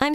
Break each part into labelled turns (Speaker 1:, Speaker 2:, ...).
Speaker 1: I'm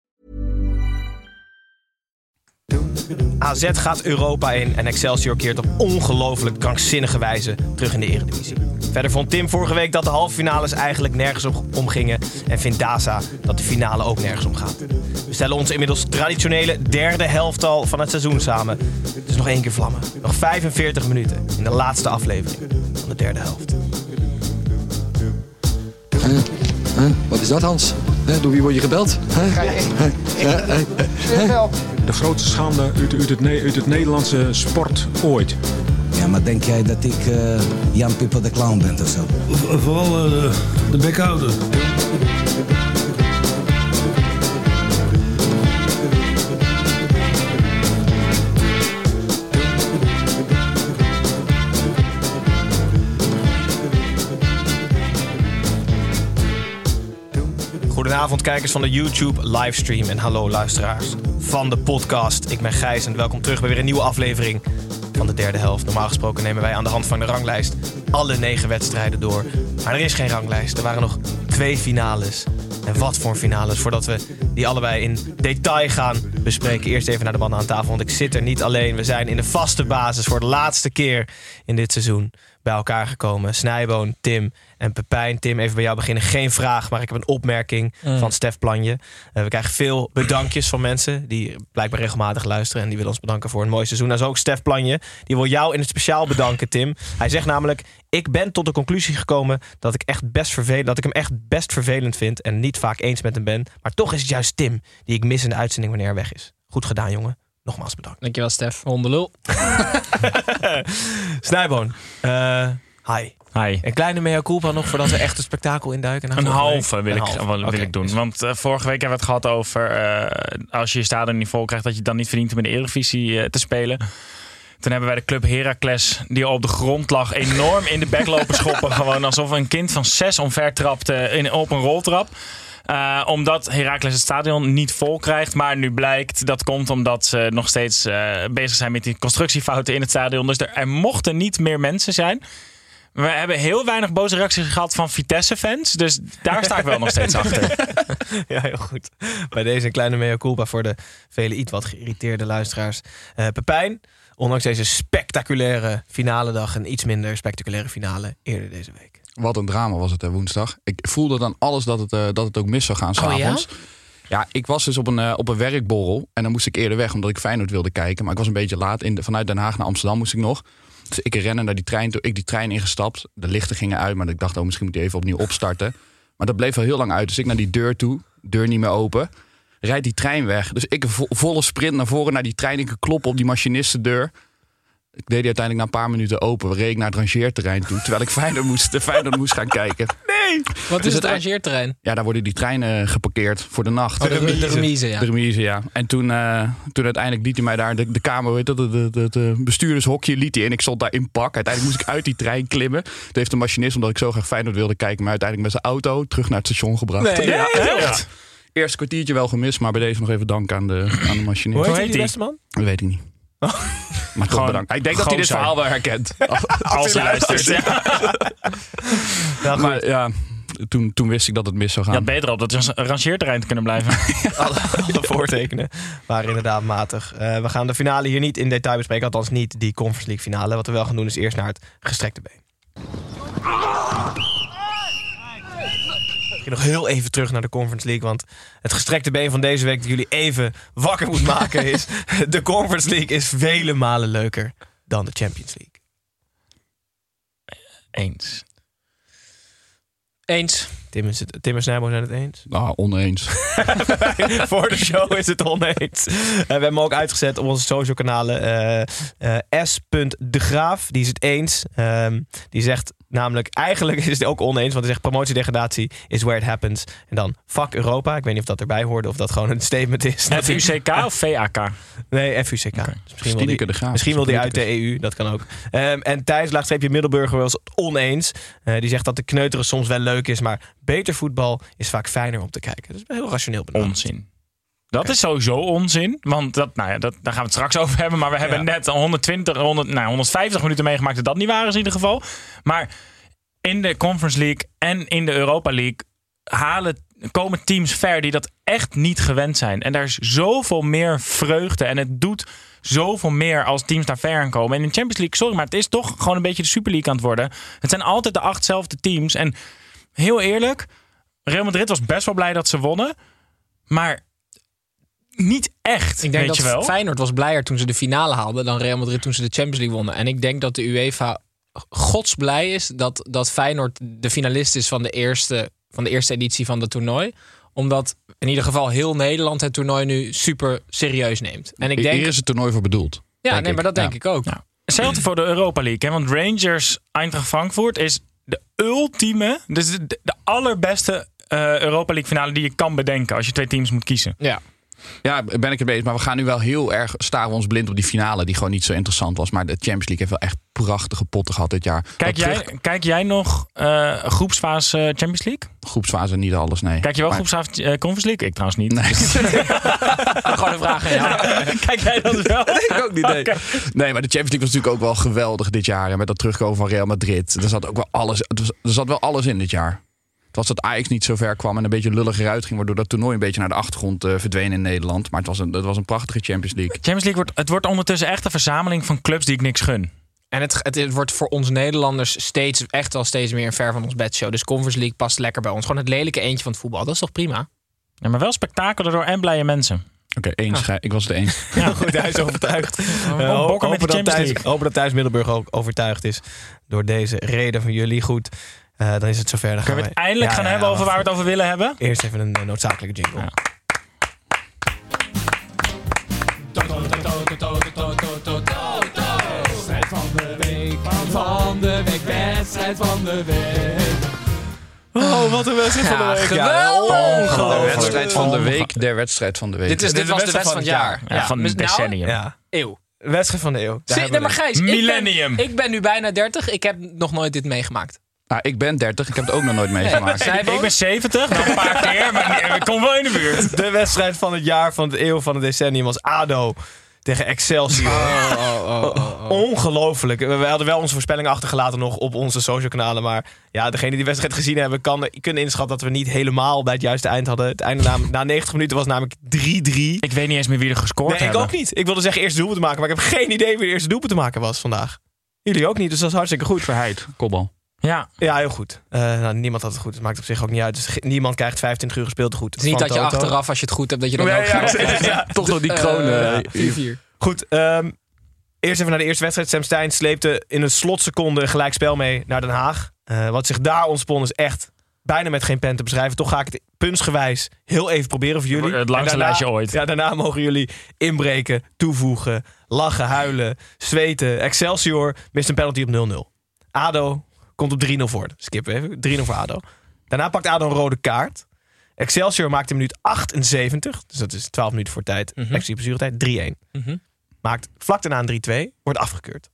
Speaker 2: AZ gaat Europa in en Excelsior keert op ongelooflijk krankzinnige wijze terug in de Eredivisie. Verder vond Tim vorige week dat de halve finales eigenlijk nergens om- om gingen en vindt Daza dat de finale ook nergens om gaat. We stellen ons inmiddels traditionele derde helftal van het seizoen samen. Het is nog één keer vlammen. Nog 45 minuten in de laatste aflevering van de derde helft.
Speaker 3: Huh? Wat is dat, Hans? Hè, door wie word je gebeld? Huh?
Speaker 4: De grootste schande uit, uit, het, Ne- uit het Nederlandse sport ooit.
Speaker 5: Ja, maar denk jij dat ik eh, Jan Pipper de Clown ben of zo?
Speaker 6: Vooral eh, de bekhouder.
Speaker 2: Goedenavond kijkers van de YouTube livestream en hallo luisteraars van de podcast. Ik ben Gijs en welkom terug bij weer een nieuwe aflevering van de derde helft. Normaal gesproken nemen wij aan de hand van de ranglijst alle negen wedstrijden door. Maar er is geen ranglijst, er waren nog twee finales. En wat voor finales, voordat we die allebei in detail gaan bespreken. Eerst even naar de mannen aan tafel, want ik zit er niet alleen. We zijn in de vaste basis voor de laatste keer in dit seizoen bij elkaar gekomen. Snijboon, Tim en Pepijn. Tim, even bij jou beginnen. Geen vraag, maar ik heb een opmerking van Stef Planje. Eh, we krijgen veel bedankjes van mensen die blijkbaar regelmatig luisteren. En die willen ons bedanken voor een mooi seizoen. Nou, zo ook Stef Planje. Die wil jou in het speciaal bedanken, Tim. Hij zegt namelijk, ik ben tot de conclusie gekomen dat ik, echt best vervel- dat ik hem echt best vervelend vind. En niet vaak eens met hem ben. Maar toch is het juist Tim die ik mis in de uitzending wanneer hij weg is. Goed gedaan, jongen. Nogmaals bedankt.
Speaker 7: Dankjewel, Stef. Hondelul.
Speaker 2: Snijboon, eh, hi.
Speaker 8: Hi.
Speaker 2: Een kleine mea culpa nog voordat we echt het spektakel induiken. na
Speaker 8: Een
Speaker 2: vorige week?
Speaker 8: halve wil,
Speaker 2: Een
Speaker 8: ik,
Speaker 2: halve.
Speaker 8: wil
Speaker 2: Oké.
Speaker 8: ik doen. Want eh, vorige week hebben we het gehad over... eh, als je je stadion niet vol krijgt... dat je het dan niet verdient om in de Eredivisie eh, te spelen. Toen hebben wij de club Heracles... die al op de grond lag... enorm in de bek lopen schoppen. gewoon alsof een kind van zes omver trapte... In, op een roltrap. Eh, omdat Heracles het stadion niet vol krijgt. Maar nu blijkt dat komt omdat ze nog steeds eh, bezig zijn met die constructiefouten in het stadion. Dus er, er mochten niet meer mensen zijn. We hebben heel weinig boze reacties gehad van Vitesse-fans. Dus daar sta ik wel nog steeds achter.
Speaker 2: Ja, heel goed. Bij deze een kleine mea culpa voor de vele iets wat geïrriteerde luisteraars. Eh, Pepijn, ondanks deze spectaculaire finale dag... een iets minder spectaculaire finale eerder deze week.
Speaker 3: Wat een drama was het hè, woensdag. Ik voelde dan alles dat het, eh, dat het ook mis zou
Speaker 8: Oh,
Speaker 3: gaan
Speaker 7: Oh,
Speaker 3: s'avonds. avonds. ja? ik was dus op een, eh, op een werkborrel. En dan moest ik eerder weg, omdat ik Feyenoord wilde kijken. Maar ik was een beetje laat. In de- vanuit Den Haag naar Amsterdam moest ik nog. Dus ik rennen naar die trein. Toen ik die trein ingestapt. De lichten gingen uit. Maar ik dacht, oh, misschien moet die even opnieuw opstarten. Maar dat bleef wel heel lang uit. Dus ik naar die deur toe. Deur niet meer open. Rijdt die trein weg. Dus ik een vo- volle sprint naar voren naar die trein. Ik klop op die machinistendeur. Ik deed die uiteindelijk na een paar minuten open. Reed ik naar het rangeerterrein toe. Terwijl ik Feyenoord moest, Feyenoord moest gaan kijken.
Speaker 7: Wat is Dus het
Speaker 3: het echt-
Speaker 7: rangeerterrein?
Speaker 3: Ja, daar worden die treinen eh, geparkeerd voor de nacht.
Speaker 7: Oh, de remise. De remise, ja.
Speaker 3: De remise, ja. En toen, eh, toen uiteindelijk liet hij mij daar de, de kamer, weet dat, het het- het, eh, bestuurdershokje liet hij in. Ik stond daar in pak. Uiteindelijk moest ik uit die trein klimmen. Toen heeft de machinist, omdat ik zo graag Feyenoord wilde kijken, mij uiteindelijk met zijn auto terug naar het station gebracht.
Speaker 2: Nee,
Speaker 3: ja,
Speaker 2: echt?
Speaker 3: ja. Eerste kwartiertje wel gemist, maar bij deze nog even dank aan de, aan de machinist.
Speaker 2: Hoe
Speaker 8: heet
Speaker 2: heet die
Speaker 8: die?
Speaker 2: beste man?
Speaker 3: Dat weet ik niet. Maar toch
Speaker 8: Gewoon
Speaker 3: bedankt. Ik denk dat hij dit
Speaker 8: gozer.
Speaker 3: verhaal wel herkent.
Speaker 8: Als je luistert. Ja.
Speaker 3: Maar ja, toen, toen wist ik dat het mis zou
Speaker 8: Je
Speaker 3: gaan.
Speaker 8: had beter op dat je een rangeerterrein te kunnen blijven.
Speaker 2: alle, alle voortekenen waren inderdaad matig. Eh, we gaan de finale hier niet in detail bespreken. Althans niet die Conference League finale. Wat we wel gaan doen is eerst naar het gestrekte been. Misschien nog heel even terug naar de Conference League. Want het gestrekte been van deze week dat jullie even wakker moet maken is... de Conference League is vele malen leuker dan de Champions League.
Speaker 8: Eens.
Speaker 7: Eens.
Speaker 2: Tim, is het, Tim en Snijbo zijn het eens.
Speaker 3: Nou, oneens.
Speaker 2: voor de show is het oneens. Eh, we hebben hem ook uitgezet op onze social kanalen. eh eh S.degraaf, die is het eens. Ehm, die zegt, Namelijk, eigenlijk is het ook oneens, want hij zegt promotiedegradatie is where it happens. En dan fuck Europa. Ik weet niet of dat erbij hoorde of dat gewoon een statement is. Dat hij-
Speaker 8: FUCK of VAK?
Speaker 2: Nee, FUCK. Dus misschien wil
Speaker 3: Stieneke
Speaker 2: die,
Speaker 3: de Graaf.
Speaker 2: misschien wil die uit de
Speaker 3: Politicus.
Speaker 2: EU, dat kan ook. Ehm, en Thijs Laagstreepje Middelburger was het oneens. Eh, die zegt dat de kneuteren soms wel leuk is, maar beter voetbal is vaak fijner om te kijken. Dat is heel rationeel benaderd.
Speaker 8: Onzin. Dat is sowieso onzin, want dat, nou ja, dat, daar gaan we het straks over hebben. Maar we hebben
Speaker 2: Ja.
Speaker 8: net 120, 100, nou, 150 minuten meegemaakt dat dat niet waar is in ieder geval. Maar in de Conference League en in de Europa League halen, komen teams ver die dat echt niet gewend zijn. En daar is zoveel meer vreugde en het doet zoveel meer als teams daar ver aan komen. En in de Champions League, sorry, maar het is toch gewoon een beetje de Super League aan het worden. Het zijn altijd de achtzelfde teams. En heel eerlijk, Real Madrid was best wel blij dat ze wonnen. Maar niet echt,
Speaker 9: Ik denk
Speaker 8: weet
Speaker 9: dat
Speaker 8: je wel.
Speaker 9: Feyenoord was blijer toen ze de finale haalden dan Real Madrid toen ze de Champions League wonnen. En ik denk dat de UEFA godsblij is dat, dat Feyenoord de finalist is van de, eerste, van de eerste editie van het toernooi. Omdat in ieder geval heel Nederland het toernooi nu super serieus neemt. En ik denk...
Speaker 3: Hier E- is het toernooi voor bedoeld.
Speaker 9: ja,
Speaker 3: denk
Speaker 9: nee, maar dat denk
Speaker 3: Ja.
Speaker 9: ik ook.
Speaker 8: Hetzelfde voor de Europa League. Hè? Want Rangers Eintracht Frankfurt is de ultieme, dus de, de allerbeste eh, Europa League finale die je kan bedenken. Als je twee teams moet kiezen.
Speaker 9: Ja.
Speaker 3: Ja, ben ik het mee eens. Maar we gaan nu wel heel erg staren we ons blind op die finale die gewoon niet zo interessant was. Maar de Champions League heeft wel echt prachtige potten gehad dit jaar.
Speaker 8: Kijk,
Speaker 3: Dat
Speaker 8: jij,
Speaker 3: terug-
Speaker 8: kijk jij nog eh, groepsfase eh, Champions League?
Speaker 3: Groepsfase niet alles, nee.
Speaker 8: Kijk je wel
Speaker 3: Maar-
Speaker 8: groepsfase eh, Conference League? Ik trouwens niet.
Speaker 9: Gewoon een vraag aan jou.
Speaker 8: kijk jij dat wel?
Speaker 3: Ik ook niet, nee. Nee, maar de Champions League was natuurlijk ook wel geweldig dit jaar. En met dat terugkomen van Real Madrid. Er zat ook wel alles, het was- er zat wel alles in dit jaar. Het was dat Ajax niet zo ver kwam en een beetje lulliger uitging. Waardoor dat toernooi een beetje naar de achtergrond eh, verdween in Nederland. Maar het was een, het was een prachtige Champions League.
Speaker 8: Champions League wordt, het wordt ondertussen echt een verzameling van clubs die ik niks gun.
Speaker 9: En het, het, het wordt voor ons Nederlanders steeds, echt wel steeds meer ver van ons bedshow. Dus Conference League past lekker bij ons. Gewoon het lelijke eentje van het voetbal. Dat is toch prima?
Speaker 8: Ja, maar wel spektakel daardoor en blije mensen.
Speaker 3: Oké, eens. gij- Ik was het eens.
Speaker 8: Ja.
Speaker 2: Goed, hij is overtuigd. Eh,
Speaker 8: Bokken
Speaker 2: hopen
Speaker 8: met de
Speaker 2: dat
Speaker 8: Champions
Speaker 2: Thijs-
Speaker 8: League.
Speaker 2: Hopen dat Thijs Middelburg ook overtuigd is door deze reden van jullie. Goed, eh, dan is het zover. Dan gaan
Speaker 8: Kunnen we het eindelijk
Speaker 2: Ja,
Speaker 8: gaan
Speaker 2: ja,
Speaker 8: hebben
Speaker 2: ja,
Speaker 8: over waar we
Speaker 2: wacht.
Speaker 8: het over willen hebben?
Speaker 2: Eerst even een eh, noodzakelijke jingle.
Speaker 8: Ja.
Speaker 2: Oh, wat een wedstrijd
Speaker 9: van de Ja, week. geweldig.
Speaker 3: De
Speaker 2: Ongelooflijk.
Speaker 3: wedstrijd van de week, der wedstrijd van de week.
Speaker 9: Dit, is,
Speaker 8: dit
Speaker 9: dit
Speaker 8: is
Speaker 9: was
Speaker 8: de
Speaker 9: de
Speaker 8: wedstrijd
Speaker 9: wedstrijd van het jaar.
Speaker 8: Ja, nou, van
Speaker 9: Dus
Speaker 8: een decennium.
Speaker 2: Ja.
Speaker 9: eeuw.
Speaker 2: Wedstrijd van de eeuw. Daar
Speaker 9: Zie,
Speaker 2: hebben
Speaker 9: nee,
Speaker 2: we
Speaker 9: maar
Speaker 2: hem.
Speaker 9: Gijs, ik ben-
Speaker 8: Millennium.
Speaker 9: Ik ben, nu bijna 30. Ik heb nog nooit dit meegemaakt.
Speaker 3: Nou, ik ben 30, ik heb het ook nog nooit meegemaakt.
Speaker 9: Zij
Speaker 8: Ik
Speaker 9: woont-
Speaker 8: ben 70, nog een paar keer, maar ik kom wel in de buurt.
Speaker 2: De wedstrijd van het jaar, van de eeuw, van het decennium was ADO tegen Excelsior.
Speaker 9: Oh,
Speaker 2: Ongelooflijk. We we hadden wel onze voorspellingen achtergelaten nog op onze social kanalen. Maar ja, degene die de wedstrijd gezien hebben, kan, kunnen inschatten dat we niet helemaal bij het juiste eind hadden. Het einde na, na 90 minuten was namelijk 3-3.
Speaker 8: Ik weet niet eens meer wie er gescoord
Speaker 2: Nee, ik
Speaker 8: hebben.
Speaker 2: ook niet. Ik wilde zeggen eerste doelpunt te maken, maar ik heb geen idee wie de eerste doelpunt te maken was vandaag. Jullie ook niet, dus dat is hartstikke goed.
Speaker 3: Verheid, kopbal.
Speaker 8: Ja,
Speaker 2: Ja, heel goed. Eh, nou, niemand had het goed. Het maakt op zich ook niet uit. Dus ge- niemand krijgt 25 uur gespeeld goed.
Speaker 9: Het is niet
Speaker 2: Van
Speaker 9: dat je
Speaker 2: Toto.
Speaker 9: achteraf, als je het goed hebt, dat je dat
Speaker 2: Nee,
Speaker 9: ook
Speaker 2: ja,
Speaker 9: gaat-
Speaker 2: precies, ja.
Speaker 3: Toch nog die kroon.
Speaker 9: Eh,
Speaker 3: eh,
Speaker 9: 4-4.
Speaker 2: Goed, ehm, eerst even naar de eerste wedstrijd. Sam Stein sleepte in een slotseconde een gelijkspel mee naar Den Haag. Eh, wat zich daar ontspon is echt bijna met geen pen te beschrijven. Toch ga ik het puntsgewijs heel even proberen voor jullie.
Speaker 8: Het langste
Speaker 2: En
Speaker 8: lijstje ooit.
Speaker 2: Ja, daarna mogen jullie inbreken, toevoegen, lachen, huilen, zweten. Excelsior mist een penalty op 0-0. ADO komt op 3-0 voor. Skip even, 3-0 voor ADO. Daarna pakt ADO een rode kaart. Excelsior maakt in minuut 78, dus dat is 12 minuten voor tijd,
Speaker 9: Mhm.
Speaker 2: extra blessuretijd, 3-1.
Speaker 9: Mhm.
Speaker 2: Maakt vlak daarna een 3-2, wordt afgekeurd.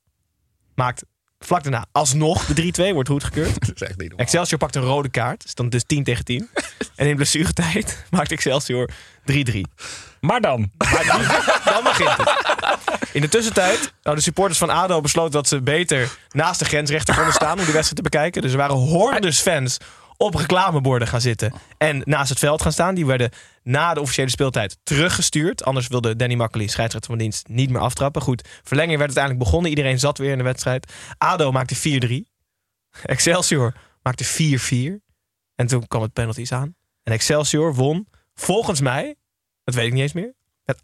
Speaker 2: Maakt vlak daarna alsnog de 3-2, wordt goedgekeurd.
Speaker 3: dat is echt niet normaal.
Speaker 2: Excelsior pakt een rode kaart, is dan dus 10 tegen 10. En in blessuretijd maakt Excelsior 3-3.
Speaker 8: maar dan.
Speaker 2: Dan begint het. In de tussentijd hadden supporters van ADO besloten dat ze beter naast de grensrechter konden staan om die wedstrijd te bekijken. Dus er waren hordes fans op reclameborden gaan zitten en naast het veld gaan staan. Die werden na de officiële speeltijd teruggestuurd. Anders wilde Danny Makkely, scheidsrechter van dienst, niet meer aftrappen. Goed, verlenging werd uiteindelijk begonnen. Iedereen zat weer in de wedstrijd. ADO maakte 4-3. Excelsior maakte 4-4. En toen kwam het penalties aan. En Excelsior won, volgens mij, dat weet ik niet eens meer, met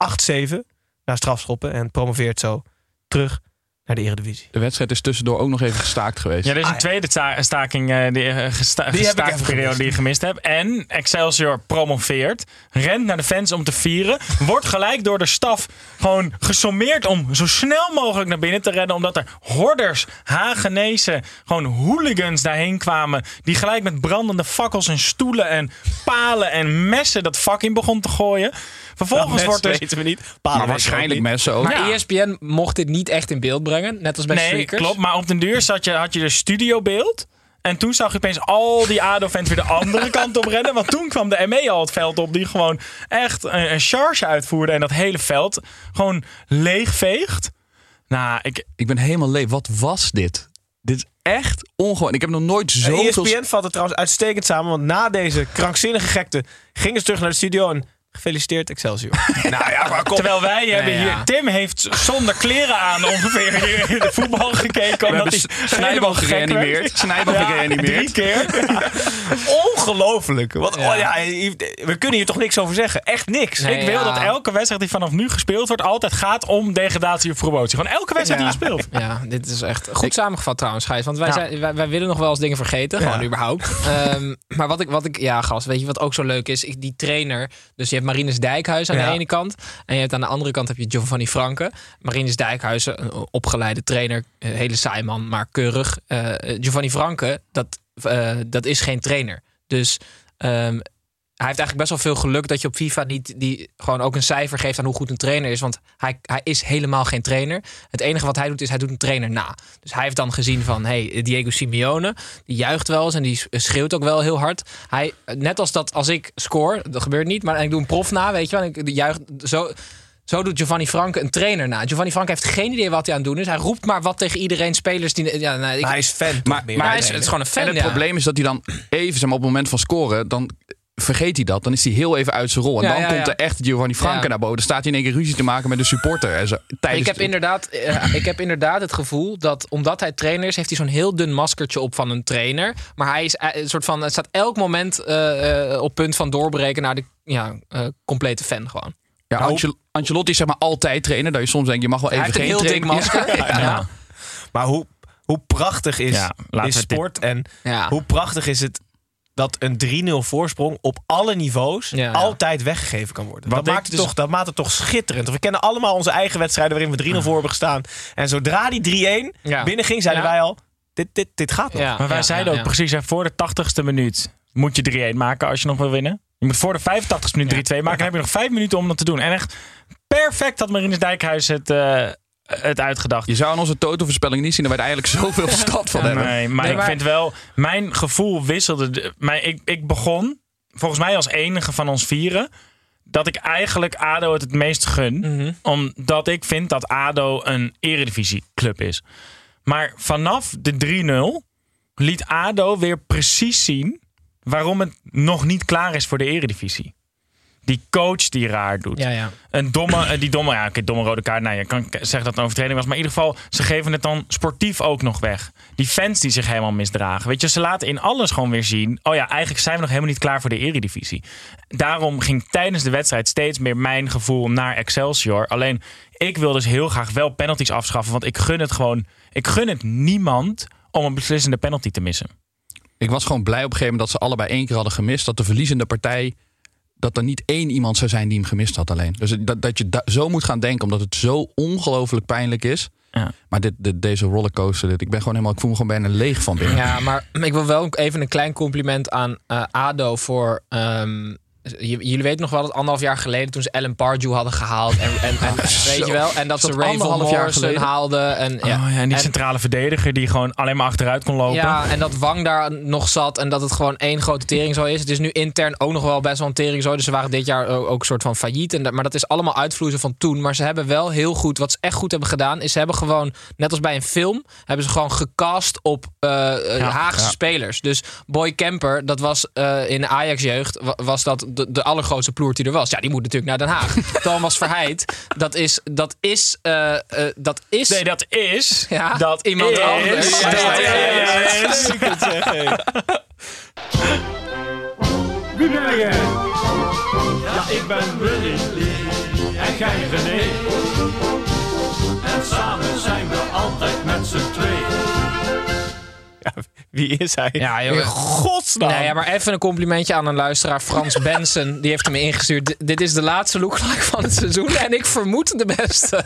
Speaker 2: 8-7 naar strafschoppen en promoveert zo terug
Speaker 5: naar de Eredivisie.
Speaker 3: De wedstrijd is tussendoor ook nog even gestaakt geweest.
Speaker 8: Ja, er is een
Speaker 5: Ah, ja.
Speaker 8: tweede sta- staking, eh, die, eh, gesta
Speaker 5: Die heb ik
Speaker 8: gestaakte
Speaker 5: even
Speaker 8: periode
Speaker 5: gemist.
Speaker 8: die je gemist hebt. En Excelsior promoveert, rent naar de fans om te vieren, wordt gelijk door de staf gewoon gesommeerd om zo snel mogelijk naar binnen te rennen, omdat er horders, Hagenezen, gewoon hooligans daarheen kwamen, die gelijk met brandende fakkels en stoelen en palen en messen dat vak in begon te gooien. Vervolgens
Speaker 5: Dat
Speaker 8: wordt dus...
Speaker 5: weten we niet.
Speaker 3: maar waarschijnlijk mensen ook.
Speaker 2: Maar E
Speaker 8: Ja.
Speaker 2: ESPN mocht dit niet echt in beeld brengen. Net als bij
Speaker 8: nee,
Speaker 2: Freakers.
Speaker 8: klopt. Maar op den duur zat je, had je de studiobeeld. En toen zag je opeens al die ADO-fans weer de andere kant op rennen. Want toen kwam de ME al het veld op. Die gewoon echt een, een charge uitvoerde. En dat hele veld gewoon leegveegt. Nou, ik,
Speaker 3: Ik ben helemaal leeg. Wat was dit? Dit is echt ongewoon. Ik heb nog nooit
Speaker 8: Eh, E
Speaker 3: zoveel...
Speaker 5: ESPN vat het trouwens uitstekend samen. Want na deze krankzinnige gekte gingen ze terug naar de studio en gefeliciteerd Excelsior. nou ja, maar kom.
Speaker 8: terwijl wij hebben
Speaker 2: Nee, ja.
Speaker 8: hier... Tim heeft zonder kleren aan ongeveer hier in de voetbal gekeken.
Speaker 3: We
Speaker 8: Omdat
Speaker 3: hebben
Speaker 8: hij
Speaker 3: S-
Speaker 8: helemaal
Speaker 3: Snijboom
Speaker 8: gek werd.
Speaker 3: gereanimeerd. Snijboom
Speaker 8: Ja,
Speaker 3: gereanimeerd.
Speaker 8: drie keer.
Speaker 5: Ongelooflijk. Wat, oh ja, we kunnen hier toch niks over zeggen. Echt niks.
Speaker 2: Nee,
Speaker 8: Ik wil
Speaker 2: ja.
Speaker 8: dat elke wedstrijd die vanaf nu gespeeld wordt... altijd gaat om degradatie of promotie. Gewoon elke wedstrijd die je speelt.
Speaker 2: Ja, dit is echt goed samengevat trouwens, Gijs. Want wij,
Speaker 8: Ja.
Speaker 2: zijn, wij, wij willen nog wel eens dingen vergeten, gewoon überhaupt. Ehm, maar wat ik, wat ik, ja, gast, weet je wat ook zo leuk is? Ik, die trainer, dus je hebt Marinus Dijkhuis aan
Speaker 8: Ja.
Speaker 2: de ene kant. En je hebt aan de andere kant heb je Giovanni Franke. Marinus Dijkhuis, een opgeleide trainer, een hele saai man, maar keurig. Eh, Giovanni Franke, dat, eh, dat is geen trainer. Dus ehm, hij heeft eigenlijk best wel veel geluk dat je op FIFA niet die gewoon ook een cijfer geeft aan hoe goed een trainer is. Want hij, hij is helemaal geen trainer. Het enige wat hij doet is hij doet een trainer na. Dus hij heeft dan gezien van hey, Diego Simeone, die juicht wel eens en die schreeuwt ook wel heel hard. Hij, net als dat als ik score, dat gebeurt niet, maar en ik doe een prof na, weet je wel. En ik juich zo. Zo doet Giovanni Franke een trainer na. Giovanni Franke heeft geen idee wat hij aan het doen is. Hij roept maar wat tegen iedereen. Spelers die. Ja, nou, ik,
Speaker 5: Maar hij is fan. toch
Speaker 3: Maar-
Speaker 5: meer?
Speaker 2: maar
Speaker 3: maar
Speaker 2: hij is, het is gewoon een fan.
Speaker 3: en het
Speaker 2: ja.
Speaker 3: probleem is dat hij dan even, zeg maar, op het moment van scoren, dan vergeet hij dat. Dan is hij heel even uit zijn rol. En
Speaker 2: Ja,
Speaker 3: dan
Speaker 2: ja,
Speaker 3: komt
Speaker 2: ja.
Speaker 3: er echt Giovanni Franke
Speaker 2: Ja.
Speaker 3: naar boven. Dan staat hij in één keer ruzie te maken met de supporter. En zo, tijdens
Speaker 2: Ik heb, inderdaad, eh, ik heb inderdaad het gevoel dat omdat hij trainer is, heeft hij zo'n heel dun maskertje op van een trainer. Maar hij is eh, een soort van, het staat elk moment eh, eh, op punt van doorbreken naar de ja, eh, complete fan gewoon.
Speaker 3: ja, Ancel- Ancelotti is zeg maar altijd trainer. Dat je soms denkt, je mag wel
Speaker 2: hij
Speaker 3: even
Speaker 2: heeft een
Speaker 3: geen
Speaker 2: heel dik
Speaker 3: trainer.
Speaker 2: masker. Ja,
Speaker 3: Ja.
Speaker 5: Maar hoe, hoe prachtig is,
Speaker 8: Ja, laten
Speaker 5: is
Speaker 8: we dit-
Speaker 5: sport en
Speaker 2: Ja.
Speaker 5: hoe prachtig is het dat een 3-0 voorsprong op alle niveaus
Speaker 2: Ja, ja.
Speaker 5: altijd weggegeven kan worden.
Speaker 8: Wat
Speaker 5: Dat
Speaker 8: ik
Speaker 5: maakt, het
Speaker 8: dus-
Speaker 5: toch, dat maakt het toch schitterend. We kennen allemaal onze eigen wedstrijden waarin we 3-0 voor hebben gestaan. En zodra die 3-1
Speaker 2: Ja.
Speaker 5: binnenging, zeiden
Speaker 2: Ja.
Speaker 5: wij al, dit, dit, dit gaat nog.
Speaker 2: Ja,
Speaker 8: Maar wij
Speaker 2: ja,
Speaker 8: zeiden
Speaker 2: ja,
Speaker 8: ook
Speaker 2: ja.
Speaker 8: precies, hè, voor de 80ste minuut moet je 3-1 maken als je nog wil winnen. Je moet voor de 85ste minuut 3-2 maken. Dan heb je nog 5 minuten om dat te doen. En echt perfect had Marinus Dijkhuis het, eh, het uitgedacht.
Speaker 3: Je zou aan onze totovoorspelling niet zien dat wij er eigenlijk zoveel verstand van hebben.
Speaker 8: Nee, eh, maar
Speaker 2: Nee,
Speaker 8: ik
Speaker 2: maar-
Speaker 8: vind wel, mijn gevoel wisselde. de- Mijn, ik, ik begon, volgens mij als enige van ons vieren, dat ik eigenlijk ADO het het meest gun.
Speaker 2: Mhm.
Speaker 8: Omdat ik vind dat ADO een eredivisieclub is. Maar vanaf de 3-0 liet ADO weer precies zien waarom het nog niet klaar is voor de eredivisie. Die coach die raar doet.
Speaker 2: Ja, ja.
Speaker 8: Een domme, eh, die domme, ja, oké, domme rode kaart. Nou, je kan k- zeggen dat het een overtreding was. Maar in ieder geval, ze geven het dan sportief ook nog weg. Die fans die zich helemaal misdragen. Weet je, ze laten in alles gewoon weer zien. Oh ja, eigenlijk zijn we nog helemaal niet klaar voor de Eredivisie. Daarom ging tijdens de wedstrijd steeds meer mijn gevoel naar Excelsior. Alleen, ik wil dus heel graag wel penalties afschaffen. Want ik gun het gewoon. Ik gun het niemand om een beslissende penalty te missen.
Speaker 3: Ik was gewoon blij op een gegeven moment dat ze allebei één keer hadden gemist. Dat de verliezende partij, dat er niet één iemand zou zijn die hem gemist had alleen. Dus dat, dat je da- zo moet gaan denken, omdat het zo ongelooflijk pijnlijk is.
Speaker 8: Ja.
Speaker 3: Maar dit, dit- deze rollercoaster, dit, ik ben gewoon helemaal, ik voel me gewoon bijna leeg van binnen.
Speaker 2: Ja, maar ik wil wel even een klein compliment aan eh, ADO voor... ehm, j- jullie weten nog wel dat anderhalf jaar geleden toen ze Ellen Pardew hadden gehaald. En, en, en, weet je wel? En dat,
Speaker 3: Is dat
Speaker 2: ze Ravel
Speaker 3: anderhalf jaar
Speaker 2: Morrison
Speaker 3: geleden?
Speaker 2: haalden. En, ja.
Speaker 8: Oh ja, en die
Speaker 2: En-
Speaker 8: centrale verdediger die gewoon alleen maar achteruit kon lopen.
Speaker 2: Ja, en dat Wang daar nog zat en dat het gewoon één grote teringzooi is. Het is nu intern ook nog wel best wel een teringzooi. Dus ze waren dit jaar ook, ook een soort van failliet. En dat, maar dat is allemaal uitvloeien van toen. Maar ze hebben wel heel goed, wat ze echt goed hebben gedaan, is ze hebben gewoon, net als bij een film, hebben ze gewoon gecast op eh, eh, Haagse spelers. Dus Boy Kemper, dat was eh, in de Ajax-jeugd, wa- was dat de, de allergrootste ploert die er was. Ja, die moet natuurlijk naar Den Haag. Thomas Verheid, dat is, dat is, eh, eh, dat is...
Speaker 8: Nee, dat is.
Speaker 2: Ja,
Speaker 8: dat
Speaker 2: iemand
Speaker 8: is,
Speaker 2: anders.
Speaker 8: Dat
Speaker 2: Ja, ja, ja, ja.
Speaker 8: is.
Speaker 6: Wie ben jij? Ja, ik ben Willy Lee en jij René. En samen zijn we altijd.
Speaker 5: Wie is hij?
Speaker 2: Ja, joh.
Speaker 5: In Godsnaam.
Speaker 2: Nou ja, maar even een complimentje aan een luisteraar. Frans Benson, die heeft hem ingestuurd. D- dit is de laatste lookalike van het seizoen. En ik vermoed de beste.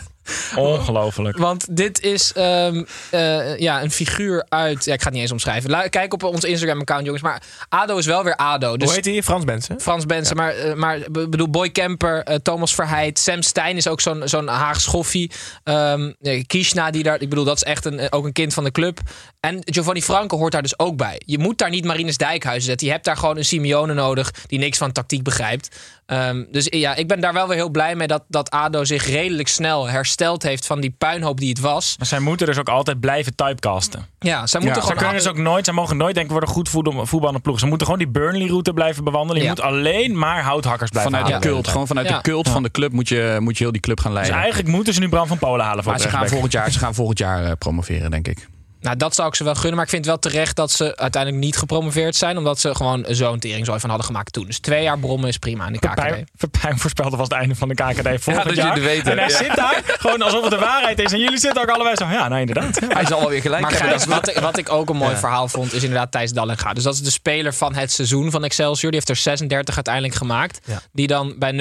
Speaker 8: Ongelooflijk.
Speaker 2: Want dit is ehm, eh, ja, een figuur uit... Ja, ik ga het niet eens omschrijven. Lu- Kijk op ons Instagram-account, jongens. Maar ADO is wel weer ADO. Dus
Speaker 5: Hoe heet hij? Frans Bensen?
Speaker 2: Frans Benson, maar, eh, maar b- bedoel, Boy Kemper, eh, Thomas Verheid, Sam Stein is ook zo'n zo'n Haags goffie. Ehm, eh, Kishna, die daar, ik bedoel, dat is echt een, eh, ook een kind van de club. En Giovanni Franke hoort daar dus ook bij. Je moet daar niet Marines Dijkhuizen zetten. Je hebt daar gewoon een Simeone nodig die niks van tactiek begrijpt. Ehm, dus eh, ja, ik ben daar wel weer heel blij mee dat, dat ADO zich redelijk snel hersteld heeft van die puinhoop die het was.
Speaker 8: Maar zij moeten dus ook altijd blijven typecasten.
Speaker 2: Ja, zij
Speaker 8: Ja.
Speaker 2: moeten
Speaker 8: Ze
Speaker 2: gewoon...
Speaker 8: kunnen dus ook nooit, zij mogen nooit denken worden goed voetbal- voetballende ploeg. Ze moeten gewoon die Burnley-route blijven bewandelen. Je
Speaker 2: Ja.
Speaker 8: moet alleen maar houthakkers blijven
Speaker 3: Vanuit
Speaker 8: halen.
Speaker 3: de cult. Gewoon vanuit
Speaker 2: Ja.
Speaker 3: de cult van de club moet je, moet je heel die club gaan
Speaker 8: Dus
Speaker 3: leiden.
Speaker 8: eigenlijk moeten ze nu Bram van Polen halen voor
Speaker 3: maar ze
Speaker 8: het
Speaker 3: gaan,
Speaker 8: rechtsback.
Speaker 3: volgend jaar, ze gaan volgend jaar eh, promoveren, denk ik.
Speaker 2: Nou, dat zou ik ze wel gunnen. Maar ik vind wel terecht dat ze uiteindelijk niet gepromoveerd zijn. Omdat ze gewoon zo'n teringzooi van hadden gemaakt toen. Dus twee jaar brommen is prima in de KKD.
Speaker 8: Verpijn, Verpijn voorspelde was het einde van de KKD volgend
Speaker 3: dat
Speaker 8: jaar.
Speaker 3: jullie het weten.
Speaker 8: En hij
Speaker 3: Ja.
Speaker 8: zit daar gewoon alsof het de waarheid is. En jullie zitten ook allebei zo. Ja, nou inderdaad.
Speaker 3: Hij zal wel weer gelijk
Speaker 2: Maar
Speaker 3: hebben.
Speaker 2: Gijs, wat, ik, wat ik ook een mooi verhaal vond, is inderdaad Thijs Dallinga. Dus dat is de speler van het seizoen van Excelsior. Die heeft er 36 uiteindelijk gemaakt.
Speaker 5: Ja.
Speaker 2: Die dan bij 0-0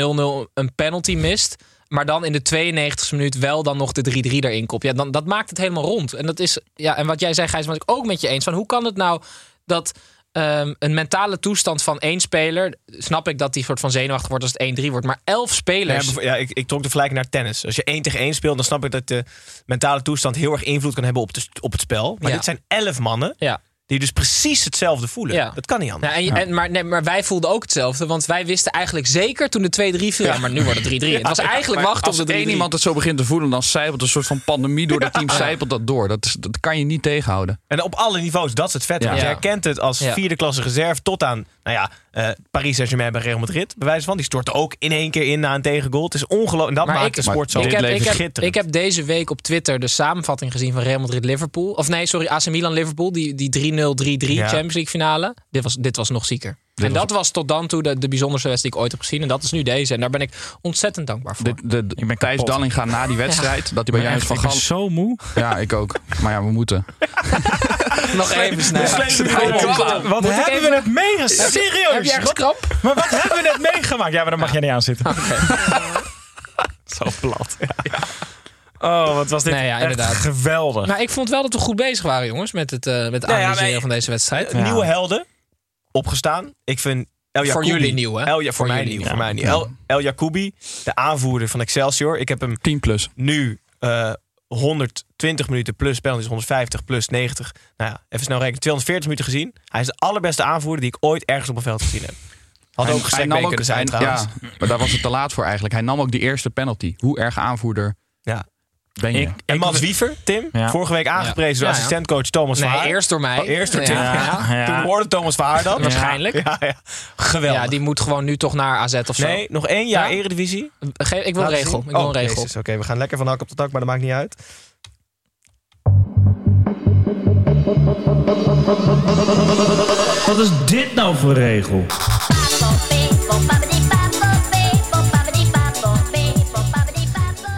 Speaker 2: een penalty mist. Maar dan in de 92e minuut wel dan nog de 3-3 erin kopt. Ja, dan, dat maakt het helemaal rond. En, dat is, ja, en wat jij zei, Gijs, was ik ook met je eens. Van hoe kan het nou dat ehm, een mentale toestand van één speler... Snap ik dat die soort van zenuwachtig wordt als het 1-3 wordt. Maar elf
Speaker 5: Ja,
Speaker 3: dus-
Speaker 2: spelers...
Speaker 5: bev- ja, ik, ik trok de vergelijking naar tennis. Als je 1 tegen 1 speelt, dan snap ik dat de mentale toestand heel erg invloed kan hebben op, de, op het spel. Maar
Speaker 2: Ja.
Speaker 5: dit zijn 11 mannen
Speaker 2: ja.
Speaker 5: die dus precies hetzelfde voelen.
Speaker 2: Ja.
Speaker 5: Dat kan niet
Speaker 3: Nou,
Speaker 5: anders.
Speaker 2: Ja, en, en, maar, nee, maar wij voelden ook hetzelfde. Want wij wisten eigenlijk zeker toen de 2-3 viel. Ja, maar nu wordt het 3-3. Het was eigenlijk
Speaker 3: Maar
Speaker 2: wachten op
Speaker 3: als
Speaker 2: de 3-3.
Speaker 3: één iemand het zo begint te voelen, dan zijpelt een soort van pandemie door dat team, zijpelt dat door. Dat, is, dat kan je niet tegenhouden.
Speaker 5: En op alle niveaus, dat is het vet.
Speaker 3: Ja.
Speaker 5: Want je
Speaker 2: Ja.
Speaker 5: herkent het als
Speaker 2: Ja.
Speaker 5: vierde klasse reserve tot aan nou ja, eh, Paris Saint-Germain bij Real Madrid. Bij wijze van, die stortte ook in één keer in na een tegengoal. Het is ongelooflijk. En dat maakt de sport zo
Speaker 2: ik heb, ik, heb,
Speaker 5: schitterend.
Speaker 2: ik heb deze week op Twitter de samenvatting gezien van Real Madrid-Liverpool. Of nee, sorry, AC Milan-Liverpool. Die, die 3-0, 3-3
Speaker 5: Ja.
Speaker 2: Champions League finale. Dit was, dit was nog zieker. en dat was tot dan toe de, de bijzonderste wedstrijd die ik ooit heb gezien. En dat is nu deze. En daar ben ik ontzettend dankbaar voor.
Speaker 3: De, de, de,
Speaker 8: Ik ben
Speaker 3: Thijs
Speaker 8: kapot.
Speaker 3: Dallinga na die wedstrijd, dat hij bij Jan
Speaker 8: Echt,
Speaker 3: van
Speaker 8: ik ben
Speaker 3: Gaal...
Speaker 8: zo moe.
Speaker 3: Ja, ik ook. Maar ja, we moeten.
Speaker 2: nog even snel.
Speaker 8: Wat
Speaker 2: Moet ik
Speaker 8: hebben
Speaker 2: even-
Speaker 8: we het meegemaakt? Serieus?
Speaker 2: Heb je ergens
Speaker 8: Wat-
Speaker 2: kramp?
Speaker 8: Maar wat hebben we net meegemaakt? Ja, maar dan mag jij niet aan zitten. Zo plat. Oh, wat was dit
Speaker 2: Nee, ja,
Speaker 8: echt
Speaker 2: inderdaad.
Speaker 8: geweldig.
Speaker 2: Nou, ik vond wel dat we goed bezig waren, jongens. Met het, eh, met het
Speaker 5: Nou ja,
Speaker 2: analyseren
Speaker 5: maar-
Speaker 2: van deze wedstrijd.
Speaker 5: Eh, Nieuwe helden opgestaan. Ik vind El
Speaker 2: Voor
Speaker 5: Jacoubi-
Speaker 2: jullie nieuw, hè?
Speaker 5: El, ja, voor,
Speaker 2: Voor
Speaker 5: mij
Speaker 2: jullie
Speaker 5: nieuw.
Speaker 2: nieuw.
Speaker 5: Voor mij nieuw. El, El Jacoubi, de aanvoerder van Excelsior. Ik heb hem
Speaker 3: 10 plus.
Speaker 5: nu eh, 120 minuten plus penalties, 150 plus 90. Nou ja, even snel rekenen. 240 minuten gezien. Hij is de allerbeste aanvoerder die ik ooit ergens op een veld gezien heb. Had ook gezegd mee kunnen zijn
Speaker 3: hij-
Speaker 5: trouwens.
Speaker 3: Ja, maar daar was het te laat voor eigenlijk. Hij nam ook die eerste penalty. Hoe erg aanvoerder
Speaker 5: Ja.
Speaker 3: ben je?
Speaker 8: Ik-
Speaker 5: En
Speaker 8: ik-
Speaker 5: Mats Wiever, Tim,
Speaker 8: Ja.
Speaker 5: vorige week aangeprezen
Speaker 2: Ja,
Speaker 5: door
Speaker 2: ja.
Speaker 5: assistentcoach Thomas
Speaker 2: Nee,
Speaker 5: Verhaar.
Speaker 2: eerst door mij.
Speaker 5: Oh, eerst door Tim.
Speaker 2: Ja, ja.
Speaker 8: Ja.
Speaker 5: Toen hoorde Thomas Verhaar dat.
Speaker 2: Waarschijnlijk.
Speaker 5: Ja, ja. Geweldig.
Speaker 2: Ja, die moet gewoon nu toch naar AZ of zo.
Speaker 5: Nee, nog één jaar
Speaker 2: Ja?
Speaker 5: Eredivisie.
Speaker 2: Ge- ik wil een
Speaker 5: Laten
Speaker 2: regel.
Speaker 5: zien.
Speaker 2: Ik wil
Speaker 5: Oh,
Speaker 2: een regel.
Speaker 5: Jezus, Oké, we gaan lekker van hak op de tak, maar dat maakt niet uit.
Speaker 6: Wat is dit nou voor regel?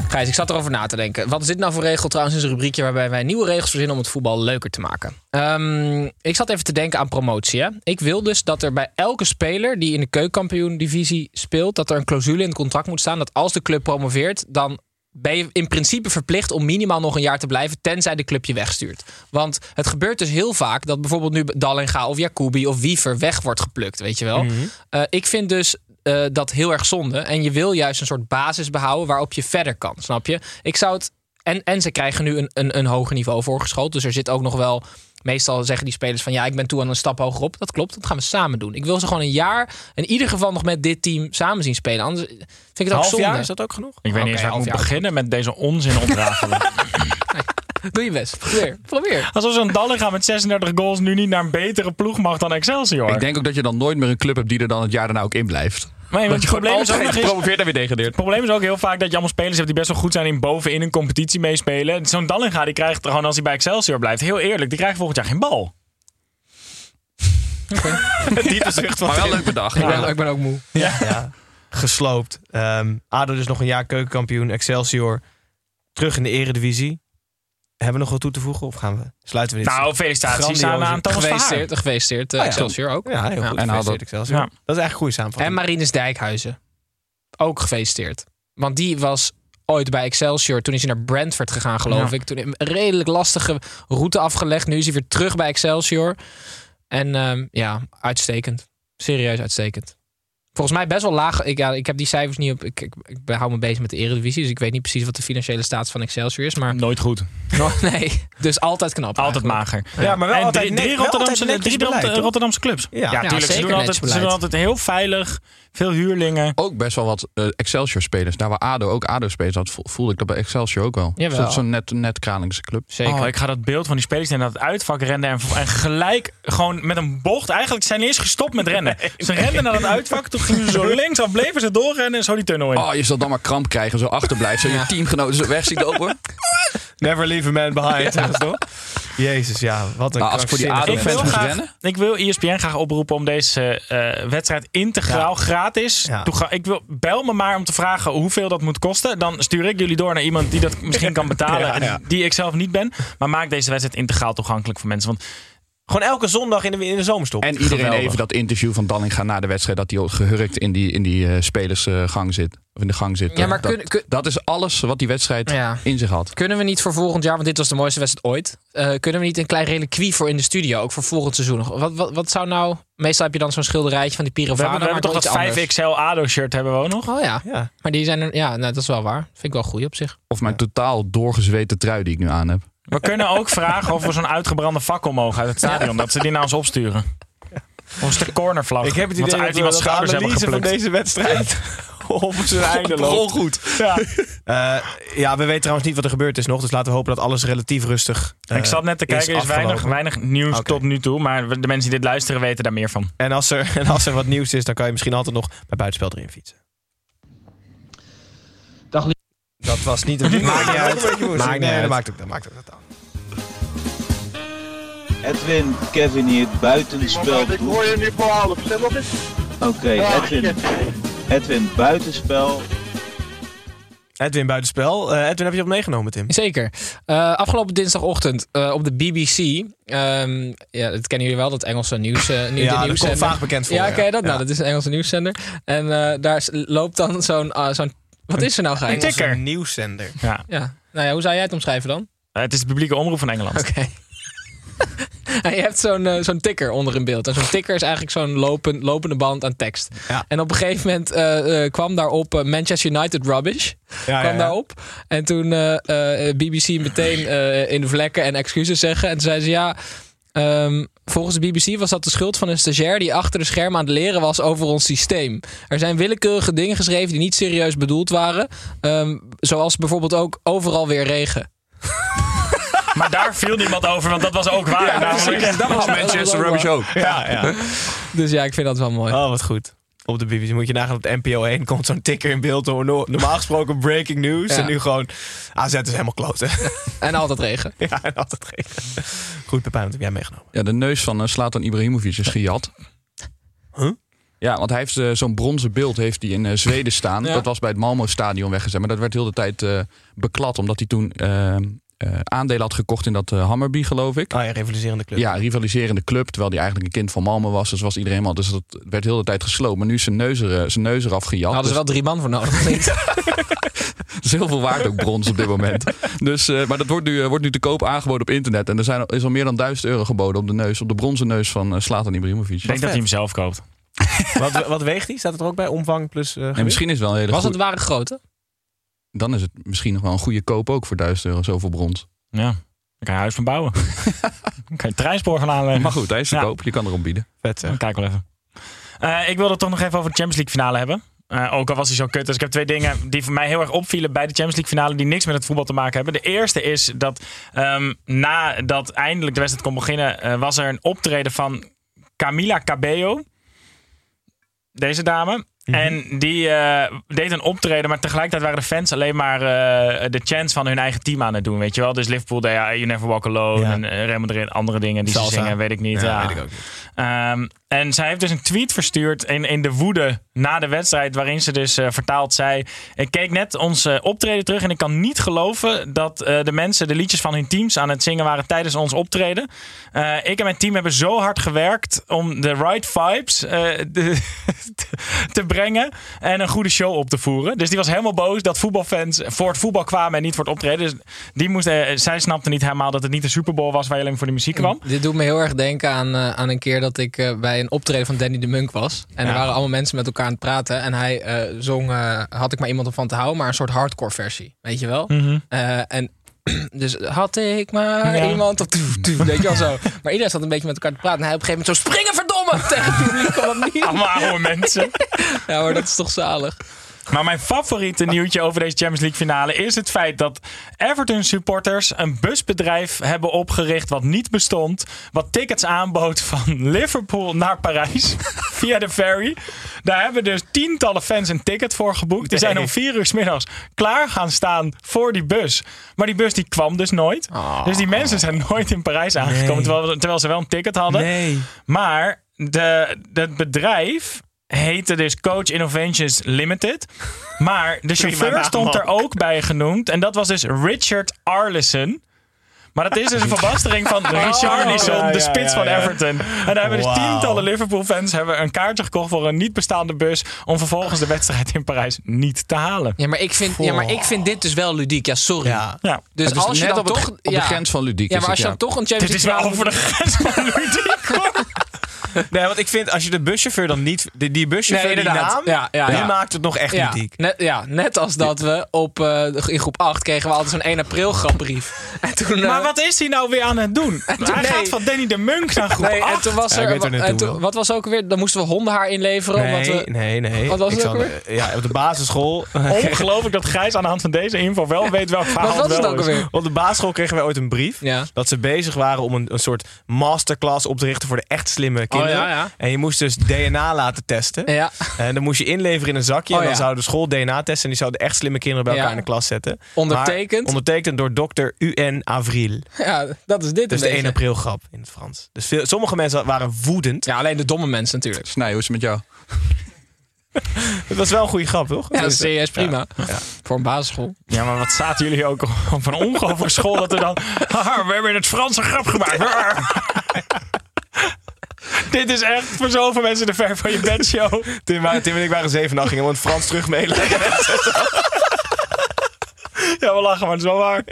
Speaker 2: Gijs, ik zat erover na te denken. Wat is dit nou voor regel trouwens in een rubriekje waarbij wij nieuwe regels verzinnen om het voetbal leuker te maken? Ehm, ik zat even te denken aan promotie. Hè? Ik wil dus dat er bij elke speler die in de keukenkampioen-divisie speelt, dat er een clausule in het contract moet staan dat als de club promoveert, dan ben je in principe verplicht om minimaal nog een jaar te blijven, tenzij de club je wegstuurt. Want het gebeurt dus heel vaak dat bijvoorbeeld nu Dallinga of Jacobi of Wiever weg wordt geplukt, weet je wel. Eh, ik vind dus eh, dat heel erg zonde. En je wil juist een soort basis behouden waarop je verder kan, snap je? Ik zou het. En, en ze krijgen nu een, een, een hoger niveau voorgeschoten. Dus er zit ook nog wel. Meestal zeggen die spelers van ja, ik ben toe aan een stap hogerop. Dat klopt, dat gaan we samen doen. Ik wil ze gewoon een jaar in ieder geval nog met dit team samen zien spelen. Anders vind ik het ook
Speaker 5: Een half
Speaker 2: zonde.
Speaker 5: jaar, is dat ook genoeg?
Speaker 8: Ik weet niet eens
Speaker 2: Oké,
Speaker 8: waar ik moet
Speaker 2: half jaar.
Speaker 8: beginnen met deze onzin ontrafelen.
Speaker 2: Doe je best. Probeer. Probeer.
Speaker 8: Alsof zo'n Dallinga met 36 goals nu niet naar een betere ploeg mag dan Excelsior.
Speaker 3: Ik denk ook dat je dan nooit meer een club hebt die er dan het jaar daarna ook in blijft.
Speaker 8: maar
Speaker 3: Dat
Speaker 8: het
Speaker 3: je gewoon
Speaker 8: probleem is ook
Speaker 3: altijd
Speaker 8: nog eens-
Speaker 3: gepromoveerd en weer degradeert.
Speaker 8: Het probleem is ook heel vaak dat je allemaal spelers hebt die best wel goed zijn in bovenin een competitie meespelen. Zo'n Dallinga die krijgt gewoon als hij bij Excelsior blijft, heel eerlijk, die krijgt volgend jaar geen bal.
Speaker 5: Diepe zucht van
Speaker 3: Maar wel
Speaker 5: Tim.
Speaker 3: leuk bedacht.
Speaker 2: Ik ben, ik ben ook moe.
Speaker 5: Ja. Gesloopt. Ehm, ADO dus nog een jaar keukenkampioen. Excelsior terug in de eredivisie. Hebben we nog wat toe te voegen of gaan we, sluiten we dit?
Speaker 8: Nou, felicitaties aan, aan Thomas Verhaar.
Speaker 2: Gefeliciteerd, gefeliciteerd eh,
Speaker 5: Oh ja.
Speaker 2: Excelsior ook.
Speaker 5: Ja, heel
Speaker 2: Ja.
Speaker 5: goed.
Speaker 3: En haal
Speaker 5: Gefeliciteerd,
Speaker 3: dat-
Speaker 5: Excelsior.
Speaker 8: Ja.
Speaker 5: Dat is eigenlijk een goede
Speaker 2: En
Speaker 5: samenvatting.
Speaker 2: Marines Dijkhuizen. Ook gefeliciteerd. Want die was ooit bij Excelsior. Toen is hij naar Brentford gegaan, geloof
Speaker 8: Ja.
Speaker 2: ik. Toen een redelijk lastige route afgelegd. Nu is hij weer terug bij Excelsior. En ehm, ja, uitstekend. Serieus uitstekend. Volgens mij best wel laag. Ik, ja, ik heb die cijfers niet op. Ik, ik, ik hou me bezig met de Eredivisie. Dus ik weet niet precies wat de financiële staat van Excelsior is.
Speaker 5: eh,
Speaker 2: Maar
Speaker 8: Nooit goed.
Speaker 2: nee, dus altijd knap.
Speaker 8: Altijd
Speaker 2: eigenlijk.
Speaker 8: mager.
Speaker 5: Ja, maar wel
Speaker 8: en
Speaker 5: altijd
Speaker 8: drie,
Speaker 5: net-
Speaker 8: drie
Speaker 5: wel
Speaker 8: Rotterdamse,
Speaker 5: altijd netjes
Speaker 8: drie Rotter-
Speaker 5: beleid, toch?
Speaker 8: Rotterdamse clubs.
Speaker 5: Ja.
Speaker 8: Ja,
Speaker 5: Ja,
Speaker 8: natuurlijk. ze,
Speaker 2: zeker
Speaker 8: doen altijd,
Speaker 2: netjes
Speaker 8: ze doen
Speaker 2: beleid.
Speaker 8: altijd heel veilig. Veel huurlingen.
Speaker 3: Ook best wel wat eh, Excelsior-spelers. Daar waar ADO ook ADO-spelers had, vo- voelde ik dat bij Excelsior ook wel.
Speaker 2: Jawel.
Speaker 3: Zo- Zo'n net, net kralingse club.
Speaker 2: Zeker.
Speaker 8: Oh, ik ga dat beeld van die spelers die naar het uitvak renden. En, en gelijk gewoon met een bocht. Eigenlijk zijn ze eerst gestopt met rennen. Ze renden naar het uitvak. Toen gingen ze zo linksaf, bleven ze doorrennen. En zo die tunnel in.
Speaker 3: Oh, je zal dan maar kramp krijgen, zo achterblijft. Zo je teamgenoten zo weg ziet lopen.
Speaker 5: Never leave a man behind. dat is toch? Jezus, ja. Wat een
Speaker 3: Maar als ik voor die
Speaker 5: krankzinnige
Speaker 8: ik,
Speaker 3: ADO-fans
Speaker 8: wil
Speaker 3: moest
Speaker 8: graag,
Speaker 3: rennen.
Speaker 8: ik wil E ESPN graag oproepen om deze eh, wedstrijd integraal gratis.
Speaker 5: Ja.
Speaker 8: toega- ik wil, bel me maar om te vragen hoeveel dat moet kosten. Dan stuur ik jullie door naar iemand die dat misschien kan betalen.
Speaker 5: Ja, ja.
Speaker 8: en Die ik zelf niet ben. Maar maak deze wedstrijd integraal toegankelijk voor mensen. Want
Speaker 5: Gewoon elke zondag in de, in de zomerstop.
Speaker 3: En iedereen
Speaker 5: Geweldig.
Speaker 3: even dat interview van Dallinga na de wedstrijd... dat hij al gehurkt in die, in die eh, spelersgang zit. Of in de gang zit.
Speaker 2: Ja, maar
Speaker 3: dat,
Speaker 2: kun- kun-
Speaker 3: dat is alles wat die wedstrijd
Speaker 2: Ja.
Speaker 3: in zich had.
Speaker 2: Kunnen we niet voor volgend jaar, want dit was de mooiste wedstrijd ooit. eh, kunnen we niet een klein reliquie voor in de studio, ook voor volgend seizoen? nog? Wat, wat, wat zou nou. Meestal heb je dan zo'n schilderijtje van die
Speaker 8: we
Speaker 2: Pirovano.
Speaker 8: hebben, we hebben toch dat 5XL ADO-shirt hebben we ook nog?
Speaker 2: Oh ja.
Speaker 5: Ja.
Speaker 2: maar die zijn er. Ja, nou, dat is wel waar. Vind ik wel goed op zich.
Speaker 3: Of mijn totaal doorgezweten trui die ik nu aan heb.
Speaker 8: We kunnen ook vragen of we zo'n uitgebrande fakkel mogen uit het stadion. Dat ze die naar ons opsturen. Of een stuk cornervlag.
Speaker 5: Ik heb het
Speaker 8: dat
Speaker 5: idee
Speaker 8: ze
Speaker 5: dat,
Speaker 8: uit
Speaker 5: we-
Speaker 8: iemands
Speaker 5: dat de
Speaker 8: schouders hebben
Speaker 5: analyse van
Speaker 8: geplukt.
Speaker 5: deze wedstrijd op zijn einde loopt.
Speaker 3: goed.
Speaker 8: Ja.
Speaker 5: Eh, ja, we weten trouwens niet wat er gebeurd is nog. Dus laten we hopen dat alles relatief rustig eh,
Speaker 8: ik zat net te kijken, er is weinig,
Speaker 5: afgelopen.
Speaker 8: weinig nieuws
Speaker 5: Oké.
Speaker 8: tot nu toe. Maar de mensen die dit luisteren weten daar meer van.
Speaker 5: En als, er, en als er wat nieuws is, dan kan je misschien altijd nog bij buitenspel erin fietsen.
Speaker 6: Dag, lie-
Speaker 5: Dat was niet een Maakt niet uit.
Speaker 2: Maakt niet
Speaker 5: nee, dat
Speaker 2: uit.
Speaker 5: maakt ook, dat maakt ook dat aan.
Speaker 10: Edwin, Kevin hier, buitenspel. Ik hoor je nu voor half, Oké, Edwin. Edwin, buitenspel.
Speaker 5: Edwin buitenspel. Eh, Edwin, heb je op meegenomen, Tim?
Speaker 2: Zeker. Eh, afgelopen dinsdagochtend eh, op de BBC. ehm, ja, dat kennen jullie wel, dat Engelse nieuws. eh nieuw,
Speaker 5: Ja, dat
Speaker 2: de nieuwszender.
Speaker 5: komt vaag bekend voor,
Speaker 2: Ja,
Speaker 5: ja.
Speaker 2: ken je dat? Nou,
Speaker 5: Ja.
Speaker 2: dat is een Engelse nieuwszender. En eh, daar is- loopt dan zo'n. ah, zo'n wat is er nou
Speaker 8: Een
Speaker 2: gek?
Speaker 8: tik. tikker.
Speaker 5: Een nieuwszender.
Speaker 8: Ja.
Speaker 2: Ja. Nou ja, hoe zou jij het omschrijven dan?
Speaker 8: Eh, Het is de publieke omroep van Engeland.
Speaker 2: Oké. En je hebt zo'n eh, zo'n tikker onder in beeld. En zo'n tikker is eigenlijk zo'n lopen, lopende band aan tekst.
Speaker 5: Ja.
Speaker 2: En op een gegeven moment eh, eh, kwam daarop eh, Manchester United rubbish.
Speaker 5: Ja,
Speaker 2: kwam
Speaker 5: ja, ja.
Speaker 2: daarop. En toen eh, eh, BBC meteen eh, in de vlekken en excuses zeggen. En toen zeiden ze ja... ehm, volgens de BBC was dat de schuld van een stagiair die achter de schermen aan het leren was over ons systeem. Er zijn willekeurige dingen geschreven die niet serieus bedoeld waren. Ehm, zoals bijvoorbeeld ook overal weer regen.
Speaker 8: Maar daar viel niemand over, want dat was ook waar. namelijk.
Speaker 2: Dat was
Speaker 3: Manchester Rubbish ook.
Speaker 5: Ja, ja.
Speaker 2: Dus ja, ik vind dat wel mooi.
Speaker 5: Oh, wat goed. Op de BBC moet je nagaan op de NPO 1 komt zo'n tikker in beeld. door no- Normaal gesproken breaking news.
Speaker 2: Ja.
Speaker 5: En nu gewoon AZ is helemaal kloten.
Speaker 2: En altijd regen.
Speaker 5: ja, en altijd regen. Goed, Pepijn, wat heb jij meegenomen?
Speaker 3: Ja, de neus van slaat Slatan Ibrahimovic is gejat.
Speaker 5: Huh?
Speaker 3: Ja, want hij heeft eh, zo'n bronzen beeld heeft hij in eh, Zweden staan.
Speaker 2: Ja.
Speaker 3: Dat was bij het Malmo Stadion weggezet. Maar dat werd heel de tijd eh, beklad. Omdat hij toen eh, eh, aandelen had gekocht in dat eh, Hammarby, geloof ik.
Speaker 5: Oh ja, rivaliserende club.
Speaker 3: Ja, rivaliserende club. Terwijl hij eigenlijk een kind van Malmo was. Dus was iedereen al. Dus dat werd heel de tijd gesloopt. Maar nu is zijn neus, er, eh, zijn neus eraf gejat.
Speaker 2: hadden
Speaker 3: Dus
Speaker 2: ze wel drie man voor nodig.
Speaker 3: dat is heel veel waard ook brons op dit moment. Dus, eh, maar dat wordt nu, eh, wordt nu te koop aangeboden op internet. En er zijn, al- is al meer dan 1000 euro geboden op de neus. Op de bronzen neus van eh, Zlatan Ibrahimovic.
Speaker 8: Ik denk dat hij hem zelf koopt.
Speaker 5: Wat, wat weegt die? Staat het er ook bij? Omvang plus eh,
Speaker 3: En
Speaker 5: gewicht?
Speaker 3: misschien is het wel een hele
Speaker 2: Was
Speaker 3: goe-
Speaker 2: het ware grote?
Speaker 3: dan is het misschien nog wel een goede koop ook voor 1000 euro, zoveel brons.
Speaker 8: Ja. Daar kan je huis van bouwen. Dan kan je treinspoor gaan aanleggen.
Speaker 3: Maar goed, hij is te
Speaker 8: Ja.
Speaker 3: koop, je kan erop bieden.
Speaker 5: Vet, zeg.
Speaker 8: Dan kijk wel even. Eh, ik wilde het toch nog even over de Champions League finale hebben. Eh, ook al was hij zo kut. Dus ik heb twee dingen die voor mij heel erg opvielen bij de Champions League finale. die niks met het voetbal te maken hebben. De eerste is dat ehm, nadat eindelijk de wedstrijd kon beginnen. eh, was er een optreden van Camila Cabello. Deze dame.
Speaker 5: Mhm.
Speaker 8: En die eh, deed een optreden, maar tegelijkertijd waren de fans alleen maar eh, de chants van hun eigen team aan het doen, weet je wel. Dus Liverpool, deed, ja, You Never Walk Alone
Speaker 5: Ja.
Speaker 8: en eh, Real Madrid, andere dingen die
Speaker 5: Salsa.
Speaker 8: ze zingen, weet ik niet.
Speaker 5: Ja,
Speaker 8: Ja.
Speaker 5: weet ik ook niet.
Speaker 8: Ehm, en zij heeft dus een tweet verstuurd in, in de woede na de wedstrijd, waarin ze dus eh, vertaald zei: Ik keek net ons eh, optreden terug en ik kan niet geloven dat eh, de mensen de liedjes van hun teams aan het zingen waren tijdens ons optreden. Eh, ik en mijn team hebben zo hard gewerkt om de right vibes eh, de- te, te brengen en een goede show op te voeren. Dus die was helemaal boos dat voetbalfans voor het voetbal kwamen en niet voor het optreden. Dus die moest, eh, zij snapte niet helemaal dat het niet de Super Bowl was waar je alleen maar voor de muziek kwam.
Speaker 2: Dit doet me heel erg denken aan, eh, aan een keer dat ik eh, bij een optreden van Danny de Munk was. En
Speaker 8: Ja.
Speaker 2: er waren allemaal mensen met elkaar aan het praten. En hij eh, zong, eh, had ik maar iemand om van te houden, maar een soort hardcore versie. Weet je wel? Eh, en dus had ik maar
Speaker 8: Mhm. Ja.
Speaker 2: iemand op toe, toe, weet je wel zo. Maar iedereen zat een beetje met elkaar te praten. En hij op een gegeven moment zo springen verdomme tegen het publiek. Kon dat niet.
Speaker 8: Allemaal oude mensen.
Speaker 2: Ja, maar dat is toch zalig.
Speaker 8: Maar mijn favoriete nieuwtje over deze Champions League finale is het feit dat Everton supporters een busbedrijf hebben opgericht wat niet bestond. Wat tickets aanbood van Liverpool naar Parijs via de ferry. Daar hebben dus tientallen fans een ticket voor geboekt. Die zijn om vier uur s middags klaar gaan staan voor die bus. Maar die bus die kwam dus nooit. Dus die mensen zijn nooit in Parijs aangekomen terwijl, terwijl ze wel een ticket hadden.
Speaker 5: Nee.
Speaker 8: Maar de, het bedrijf heette dus Coach Innovations Limited. Maar de chauffeur
Speaker 5: naam
Speaker 8: stond er
Speaker 5: ook.
Speaker 8: ook bij genoemd. En dat was dus Richard Arlison. Maar dat is dus een verbastering van Richarlison,
Speaker 5: Oh, ja,
Speaker 8: de
Speaker 5: ja,
Speaker 8: spits
Speaker 5: ja,
Speaker 8: van
Speaker 5: ja.
Speaker 8: Everton. En daar hebben dus
Speaker 5: Wauw.
Speaker 8: tientallen Liverpool-fans hebben een kaartje gekocht voor een niet bestaande bus... om vervolgens de wedstrijd in Parijs niet te halen.
Speaker 2: Ja, maar ik vind, ja, maar ik vind dit dus wel ludiek. Ja, sorry.
Speaker 5: Ja.
Speaker 8: Ja.
Speaker 2: Dus
Speaker 3: Het is
Speaker 2: als je
Speaker 3: net
Speaker 2: dan
Speaker 3: op het-
Speaker 2: toch...
Speaker 3: op de grens van ludiek
Speaker 2: Ja,
Speaker 3: is
Speaker 2: maar als
Speaker 3: het,
Speaker 2: je
Speaker 3: ja.
Speaker 2: dan toch een Champions
Speaker 8: Dit
Speaker 2: League
Speaker 8: is
Speaker 2: finale
Speaker 8: wel over de grens van ludiek. hoor.
Speaker 5: Nee, want ik vind als je de buschauffeur dan niet. Die, die buschauffeur,
Speaker 2: Nee,
Speaker 5: die
Speaker 2: inderdaad.
Speaker 5: naam.
Speaker 2: Ja, ja,
Speaker 5: die
Speaker 2: ja.
Speaker 5: maakt het nog echt
Speaker 2: ja,
Speaker 5: ludiek.
Speaker 2: Net, ja, net als dat we op, eh, in groep 8 kregen we altijd zo'n 1 april grapbrief. En toen, eh,
Speaker 8: Maar wat is hij nou weer aan het doen? Hij
Speaker 2: nee.
Speaker 8: gaat van Danny de Munk naar groep
Speaker 2: Nee, en
Speaker 8: 8.
Speaker 2: toen was
Speaker 5: Ja, ik
Speaker 2: er...
Speaker 5: weet waar
Speaker 2: en
Speaker 5: naartoe
Speaker 2: toen-
Speaker 5: wil.
Speaker 2: wat was ook weer? Dan moesten we hondenhaar inleveren. omdat
Speaker 5: Nee,
Speaker 2: we,
Speaker 5: nee, nee.
Speaker 2: Wat was
Speaker 5: Ik
Speaker 2: het ook
Speaker 5: zal-
Speaker 2: weer?
Speaker 5: Ja, op de basisschool.
Speaker 8: Ongelooflijk dat Gijs aan de hand van deze info wel weet welk
Speaker 2: was
Speaker 8: verhaal
Speaker 2: het
Speaker 8: wel
Speaker 2: ook
Speaker 8: is.
Speaker 2: alweer?
Speaker 5: Op de basisschool kregen wij ooit een brief.
Speaker 2: Ja.
Speaker 5: Dat ze bezig waren om een, een soort masterclass op te richten voor de echt slimme kinderen.
Speaker 2: Oh, ja, ja.
Speaker 5: En je moest dus DNA laten testen.
Speaker 2: Ja.
Speaker 5: En dan moest je inleveren in een zakje.
Speaker 2: Oh,
Speaker 5: en dan
Speaker 2: ja.
Speaker 5: zou de school DNA testen. En die zou de echt slimme kinderen bij elkaar
Speaker 2: Ja.
Speaker 5: in de klas zetten.
Speaker 2: Ondertekend?
Speaker 5: Maar ondertekend door dokter U.N. Avril.
Speaker 2: Ja, dat is dit
Speaker 5: Dus
Speaker 2: een
Speaker 5: de 1
Speaker 2: beetje.
Speaker 5: april grap in het Frans. Dus veel, sommige mensen waren woedend.
Speaker 2: Ja, alleen de domme mensen natuurlijk.
Speaker 3: Snij, hoe is het met jou?
Speaker 8: Eh,
Speaker 5: Het was wel een goede grap, toch? Dus-
Speaker 2: Ja, dat is serieus prima. Voor een basisschool.
Speaker 8: Ja, maar wat zaten jullie ook op een ongelooflijke school dat er dan... Haha, we hebben in het Frans een grap gemaakt. Dit is echt voor zoveel mensen de ver van je bed show.
Speaker 5: Tim, wa- Tim en ik waren zeven en acht, gingen we in het Frans terug mailen.
Speaker 8: Ja, we lachen, maar het is wel waar.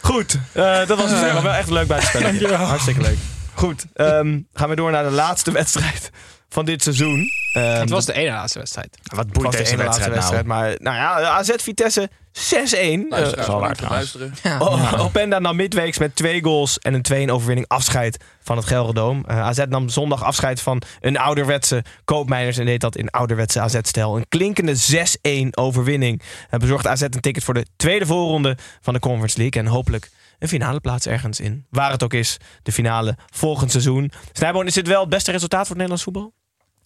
Speaker 5: Goed, eh, dat was het verhaal. Wel echt leuk bij het spelletje.
Speaker 8: Dankjewel.
Speaker 5: Hartstikke leuk. Goed, ehm, gaan we door naar de laatste wedstrijd van dit seizoen. Ehm,
Speaker 2: Het was de ene laatste wedstrijd.
Speaker 5: wat boeit
Speaker 8: deze
Speaker 5: ene laatste
Speaker 8: wedstrijd
Speaker 5: Maar nou ja, AZ-Vitesse 6-1. Eh,
Speaker 8: Zal waar
Speaker 3: luisteren.
Speaker 5: O- Openda nam midweeks met twee goals en een 2-1 overwinning afscheid van het Gelderdoom. Eh, AZ nam zondag afscheid van een ouderwetse koopmijners en deed dat in ouderwetse AZ-stijl. Een klinkende 6-1 overwinning. Eh, Het bezorgde AZ een ticket voor de tweede voorronde van de Conference League en hopelijk een finale plaats ergens in. Waar het ook is, de finale volgend seizoen. Snijboon, is dit wel het beste resultaat voor het Nederlands voetbal?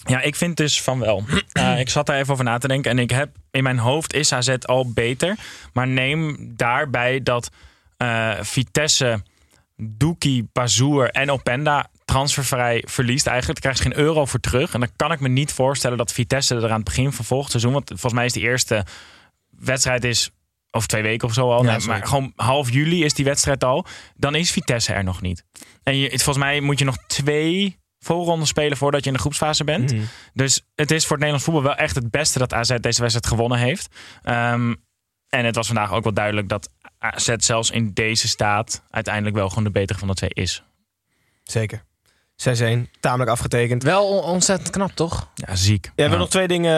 Speaker 8: Ja, ik vind dus van wel. Eh, ik zat daar even over na te denken. En ik heb in mijn hoofd is AZ al beter. Maar neem daarbij dat eh, Vitesse, Doekie, Bazoer en Openda transfervrij verliest. Eigenlijk krijgt ze geen euro voor terug. En dan kan ik me niet voorstellen dat Vitesse er aan het begin van volgend seizoen... want volgens mij is die eerste wedstrijd is over twee weken of zo al.
Speaker 5: Ja,
Speaker 8: Nee, maar
Speaker 5: zeker.
Speaker 8: gewoon half juli is die wedstrijd al. Dan is Vitesse er nog niet. En je, volgens mij moet je nog twee voorronden spelen voordat je in de groepsfase bent.
Speaker 5: Mhm.
Speaker 8: Dus het is voor het Nederlands voetbal wel echt het beste dat AZ deze wedstrijd gewonnen heeft. Ehm, en het was vandaag ook wel duidelijk dat AZ zelfs in deze staat uiteindelijk wel gewoon de betere van de twee is.
Speaker 5: Zeker. 6-1, tamelijk afgetekend.
Speaker 2: Wel on- ontzettend knap, toch?
Speaker 8: Ja, ziek.
Speaker 5: Jij wil nog twee dingen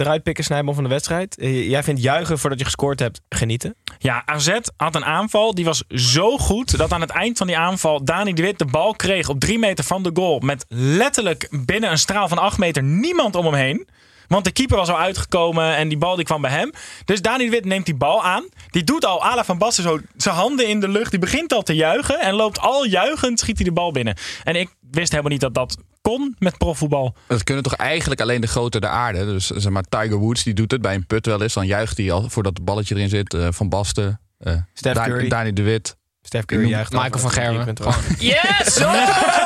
Speaker 5: eruit pikken, Snijboon, van de wedstrijd. Eh, Jij vindt juichen voordat je gescoord hebt genieten.
Speaker 8: Ja, AZ had een aanval. Die was zo goed dat aan het eind van die aanval Dani de Wit de bal kreeg op drie meter van de goal. Met letterlijk binnen een straal van acht meter niemand om hem heen. Want de keeper was al uitgekomen en die bal die kwam bij hem. Dus Dani de Wit neemt die bal aan. Die doet al Ala van Basten zo zijn handen in de lucht. Die begint al te juichen en loopt al juichend schiet hij de bal binnen. En ik wist helemaal niet dat dat kon met profvoetbal.
Speaker 3: Dat kunnen toch eigenlijk alleen de grote der aarde. Dus zeg maar, Tiger Woods die doet het bij een put wel eens. Dan juicht hij al voordat het balletje erin zit. eh, van Basten, eh
Speaker 5: Steph
Speaker 3: Da-
Speaker 5: Curry.
Speaker 3: Dani de Wit.
Speaker 5: Stef Curry juicht
Speaker 2: Michael
Speaker 5: over
Speaker 2: van
Speaker 5: dat hij
Speaker 2: Gerwen.
Speaker 5: drie punten had.
Speaker 2: Yes! hoor!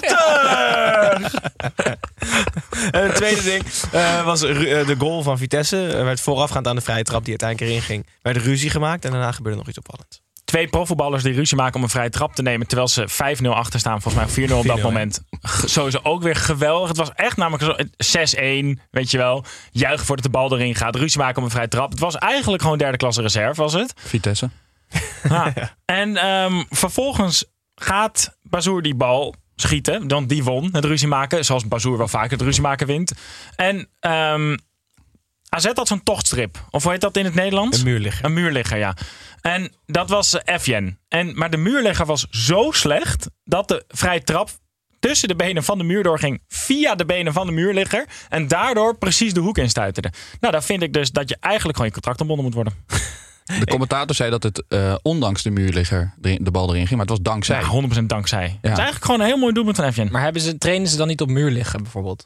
Speaker 5: 180! en het tweede ding eh, was Ru- eh, de goal van Vitesse. Er werd voorafgaand aan de vrije trap die uiteindelijk erin ging. werd ruzie gemaakt en daarna gebeurde nog iets opvallends.
Speaker 8: Twee profvoetballers die ruzie maken om een vrije trap te nemen. Terwijl ze 5-0 achter staan. Volgens mij 4-0 op
Speaker 5: 4-0,
Speaker 8: dat
Speaker 5: ja.
Speaker 8: moment. G- Sowieso ook weer geweldig. Het was echt namelijk zo- 6-1. Weet je wel. Juichen voordat de bal erin gaat. Ruzie maken om een vrije trap. Het was eigenlijk gewoon derde klasse reserve was het.
Speaker 3: Vitesse.
Speaker 8: Ja. En ehm, vervolgens gaat Bazoer die bal schieten. Want die won het ruzie maken. Zoals Bazoer wel vaker het ruzie maken wint. En ehm, AZ had zo'n tochtstrip. Of hoe heet dat in het Nederlands?
Speaker 5: Een muur liggen.
Speaker 8: Een muurligger, ja. En dat was eh, Efjen. En, maar de muurligger was zo slecht dat de vrije trap tussen de benen van de muur doorging via de benen van de muurligger. En daardoor precies de hoek instuiterde. Nou, dan vind ik dus dat je eigenlijk gewoon je contract ontbonden moet worden.
Speaker 3: De commentator zei dat het eh, ondanks de muurligger erin- de bal erin ging. Maar het was dankzij.
Speaker 5: Nou,
Speaker 8: Ja, 100% Nou, dankzij. Het is eigenlijk gewoon een heel mooi doelpunt van Efjen.
Speaker 2: Maar hebben ze, trainen ze dan niet op muur liggen bijvoorbeeld?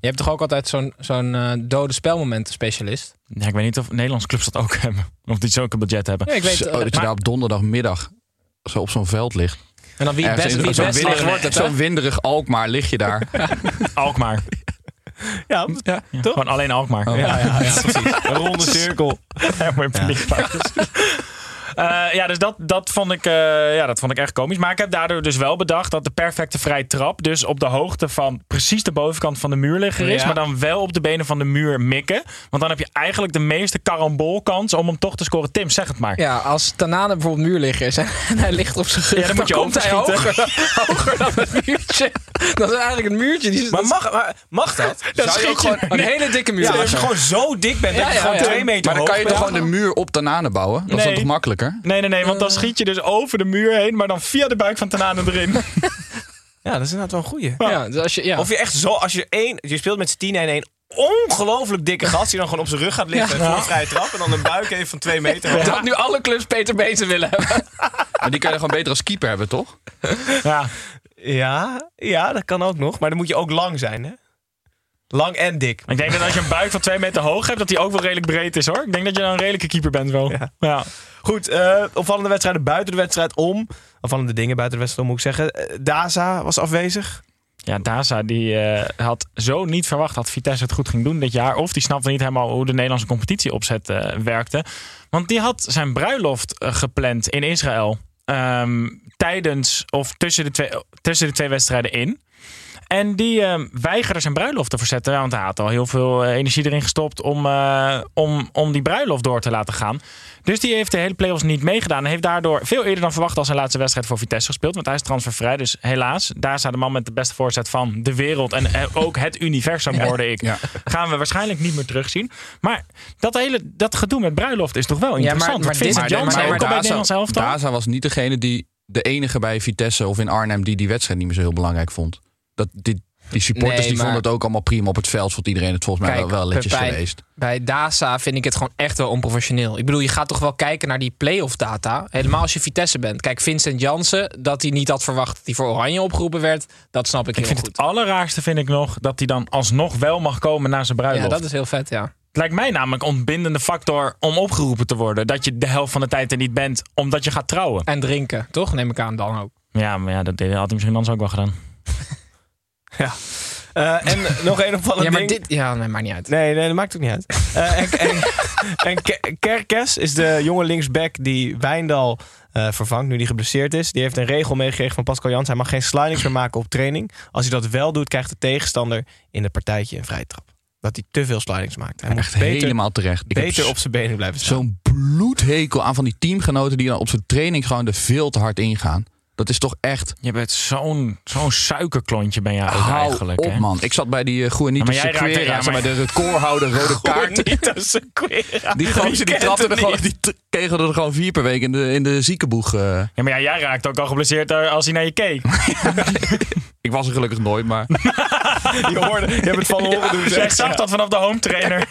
Speaker 2: Je hebt toch ook altijd zo'n zo'n eh, dode spelmomenten specialist?
Speaker 8: Ja, ik weet niet of Nederlandse clubs dat ook hebben. Of die zulke budget hebben.
Speaker 2: Ja, ik weet,
Speaker 3: Zo,
Speaker 2: eh,
Speaker 3: dat je
Speaker 2: maar-
Speaker 3: daar op donderdagmiddag zo op zo'n veld ligt.
Speaker 2: En dan wie het
Speaker 3: Ergens
Speaker 2: best,
Speaker 3: in-
Speaker 2: wie het
Speaker 3: zo'n
Speaker 2: best ligt,
Speaker 3: winderig-
Speaker 2: wordt het, hè?
Speaker 3: Zo'n winderig Alkmaar lig je daar.
Speaker 8: Alkmaar.
Speaker 5: Ja, ja, toch?
Speaker 8: Gewoon alleen Alkmaar. Dus-
Speaker 5: Ja, ja, ja, precies. Een ronde cirkel.
Speaker 8: Ja, mooi vliegtuigjes. Eh, ja, dus dat, dat, vond ik, eh, ja, dat vond ik echt komisch. Maar ik heb daardoor dus wel bedacht dat de perfecte vrije trap... dus op de hoogte van precies de bovenkant van de muur liggen is...
Speaker 2: Ja.
Speaker 8: maar dan wel op de benen van de muur mikken. Want dan heb je eigenlijk de meeste karambolkans om hem toch te scoren. Tim, zeg het maar.
Speaker 2: Ja, als Tanane bijvoorbeeld muurligger is en hij ligt op zijn rug,
Speaker 8: Ja, dan
Speaker 2: dan,
Speaker 8: moet je
Speaker 2: komt hij hoger,
Speaker 8: overschieten.
Speaker 2: hoger dan het muurtje. Dat is eigenlijk een muurtje. Die,
Speaker 5: Maar
Speaker 2: dat,
Speaker 5: mag, maar mag dat?
Speaker 2: dat
Speaker 5: Zou je
Speaker 2: schiet
Speaker 5: ook
Speaker 2: je-
Speaker 5: gewoon...
Speaker 2: een hele dikke muur.
Speaker 5: Ja,
Speaker 2: Ja,
Speaker 5: als je gewoon zo dik bent dat
Speaker 2: Ja,
Speaker 5: je
Speaker 2: ja,
Speaker 5: gewoon
Speaker 2: ja.
Speaker 5: twee meter
Speaker 3: Maar dan
Speaker 5: hoog
Speaker 3: kan je toch
Speaker 5: bent.
Speaker 3: gewoon de muur op Tanane bouwen? Dat is
Speaker 8: Nee.
Speaker 3: dan toch makkelijker?
Speaker 8: Nee, nee, nee, want dan schiet je dus over de muur heen... maar dan via de buik van Tanane erin.
Speaker 5: Ja, dat is inderdaad wel een goeie.
Speaker 2: dus als je, ja.
Speaker 5: Of je echt zo, als je één, je speelt met z'n tien en één ongelooflijk dikke gast die dan gewoon op zijn rug gaat liggen voor een vrije trap en dan een buik heeft van twee meter. hoog.
Speaker 2: dat nu alle clubs Peter Beter willen hebben.
Speaker 3: Maar die kan je gewoon beter als keeper hebben, toch?
Speaker 8: ja.
Speaker 5: Ja, ja, dat kan ook nog, maar dan moet je ook lang zijn, hè? Lang en dik.
Speaker 8: Ik denk dat als je een buik van twee meter hoog hebt... dat die ook wel redelijk breed is, hoor. Ik denk dat je dan een redelijke keeper bent wel.
Speaker 5: Ja.
Speaker 8: ja.
Speaker 5: Goed, eh, opvallende wedstrijden buiten de wedstrijd om. Opvallende dingen buiten de wedstrijd om, moet ik zeggen. Eh, Daza was afwezig.
Speaker 8: Ja, Daza die eh, had zo niet verwacht dat Vitesse het goed ging doen dit jaar. Of die snapte niet helemaal hoe de Nederlandse competitieopzet eh, werkte. Want die had zijn bruiloft eh, gepland in Israël. ehm, tijdens of tussen de, twee, tussen de twee wedstrijden in. En die ehm, weigerde zijn bruiloft te verzetten. Want hij had al heel veel eh, energie erin gestopt om, eh, om, om die bruiloft door te laten gaan. Dus die heeft de hele play-offs niet meegedaan. En heeft daardoor veel eerder dan verwacht al zijn laatste wedstrijd voor Vitesse gespeeld. Want hij is transfervrij. Dus helaas, daar staat de man met de beste voorzet van de wereld. En eh, ook het universum, hoorde ik.
Speaker 3: Ja.
Speaker 8: Gaan we waarschijnlijk niet meer terugzien. Maar dat hele dat gedoe met bruiloft is toch wel
Speaker 2: maar-
Speaker 8: interessant.
Speaker 2: maar
Speaker 8: Wat vindt
Speaker 2: dit-
Speaker 8: Jansen
Speaker 2: maar- maar
Speaker 8: ook al bij het Nederlands elftal?
Speaker 3: Daza was niet degene die de enige bij Vitesse of in Arnhem die die wedstrijd niet meer zo heel belangrijk vond. Dat, die, die supporters
Speaker 2: Nee,
Speaker 3: die
Speaker 2: maar-
Speaker 3: vonden het ook allemaal prima op het veld. Vond iedereen het volgens mij
Speaker 2: Kijk,
Speaker 3: wel, wel netjes
Speaker 2: Pepijn-
Speaker 3: geweest.
Speaker 2: Bij DASA vind ik het gewoon echt wel onprofessioneel. Ik bedoel, je gaat toch wel kijken naar die playoff data. Helemaal als je Vitesse bent. Kijk, Vincent Jansen, dat hij niet had verwacht dat hij voor Oranje opgeroepen werd. Dat snap ik,
Speaker 8: Ik
Speaker 2: heel
Speaker 8: vind
Speaker 2: goed.
Speaker 8: het allerraarste vind ik nog dat hij dan alsnog wel mag komen naar zijn bruiloft.
Speaker 2: Ja, dat is heel vet, ja.
Speaker 8: Het lijkt mij namelijk een ontbindende factor om opgeroepen te worden. Dat je de helft van de tijd er niet bent omdat je gaat trouwen.
Speaker 2: En drinken, toch? Neem ik aan dan ook.
Speaker 8: Ja, maar ja, dat deed- had hij misschien anders ook wel gedaan.
Speaker 5: Eh, en nog één opvallend
Speaker 2: Ja, maar
Speaker 5: ding.
Speaker 2: dit... Ja, nee, maakt niet uit.
Speaker 5: Nee, nee, dat maakt ook niet uit. Eh, en en, en Ke- Kerkes is de jonge linksback die Wijndal eh, vervangt nu die geblesseerd is. Die heeft een regel meegekregen van Pascal Jans. Hij mag geen slidings meer maken op training. Als hij dat wel doet, krijgt de tegenstander in het partijtje een vrije trap. Dat hij te veel slidings maakt. Hij
Speaker 3: Echt
Speaker 5: moet beter,
Speaker 3: helemaal terecht. Ik heb
Speaker 5: beter op zijn benen blijven staan.
Speaker 3: zo'n bloedhekel aan van die teamgenoten die dan op zijn training gewoon er veel te hard ingaan. Dat is toch echt...
Speaker 8: Je bent zo'n zo'n suikerklontje ben jij ook
Speaker 3: Hou
Speaker 8: eigenlijk.
Speaker 3: op,
Speaker 8: hè?
Speaker 3: man. Ik zat bij die uh, Guanita
Speaker 8: Ja, maar jij raakte-
Speaker 3: Sequeira,
Speaker 8: ja,
Speaker 3: zeg maar
Speaker 8: maar-
Speaker 3: de recordhouder rode kaart.
Speaker 5: Juanita Sequeira.
Speaker 3: Die gozer die
Speaker 5: kent
Speaker 3: trapte
Speaker 5: hem
Speaker 3: er gewoon,
Speaker 5: niet.
Speaker 3: die t- kregen er gewoon vier per week in de, in de ziekenboeg. eh.
Speaker 8: Ja, maar ja, jij raakt ook al geblesseerd eh, als hij naar je keek.
Speaker 3: Ik was er gelukkig nooit, maar
Speaker 5: Je hoorde, je hebt het van horen doen.
Speaker 8: Dus
Speaker 5: zeg.
Speaker 8: jij zag dat vanaf de home trainer.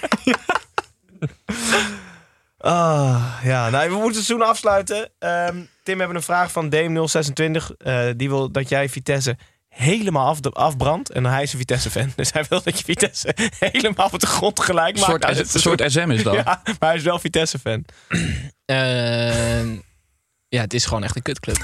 Speaker 5: Ah, ja, nou, we moeten het seizoen afsluiten. Ehm, Tim, we hebben een vraag van Dame026. Eh, die wil dat jij Vitesse helemaal af, afbrandt. En hij is een Vitesse-fan. Dus hij wil dat je Vitesse helemaal op de grond gelijk maakt.
Speaker 3: soort,
Speaker 5: aan
Speaker 3: S-
Speaker 5: het
Speaker 3: een soort SM is dat.
Speaker 5: Ja, maar hij is wel Vitesse-fan.
Speaker 2: Eh, ja, het is gewoon echt een kutclub.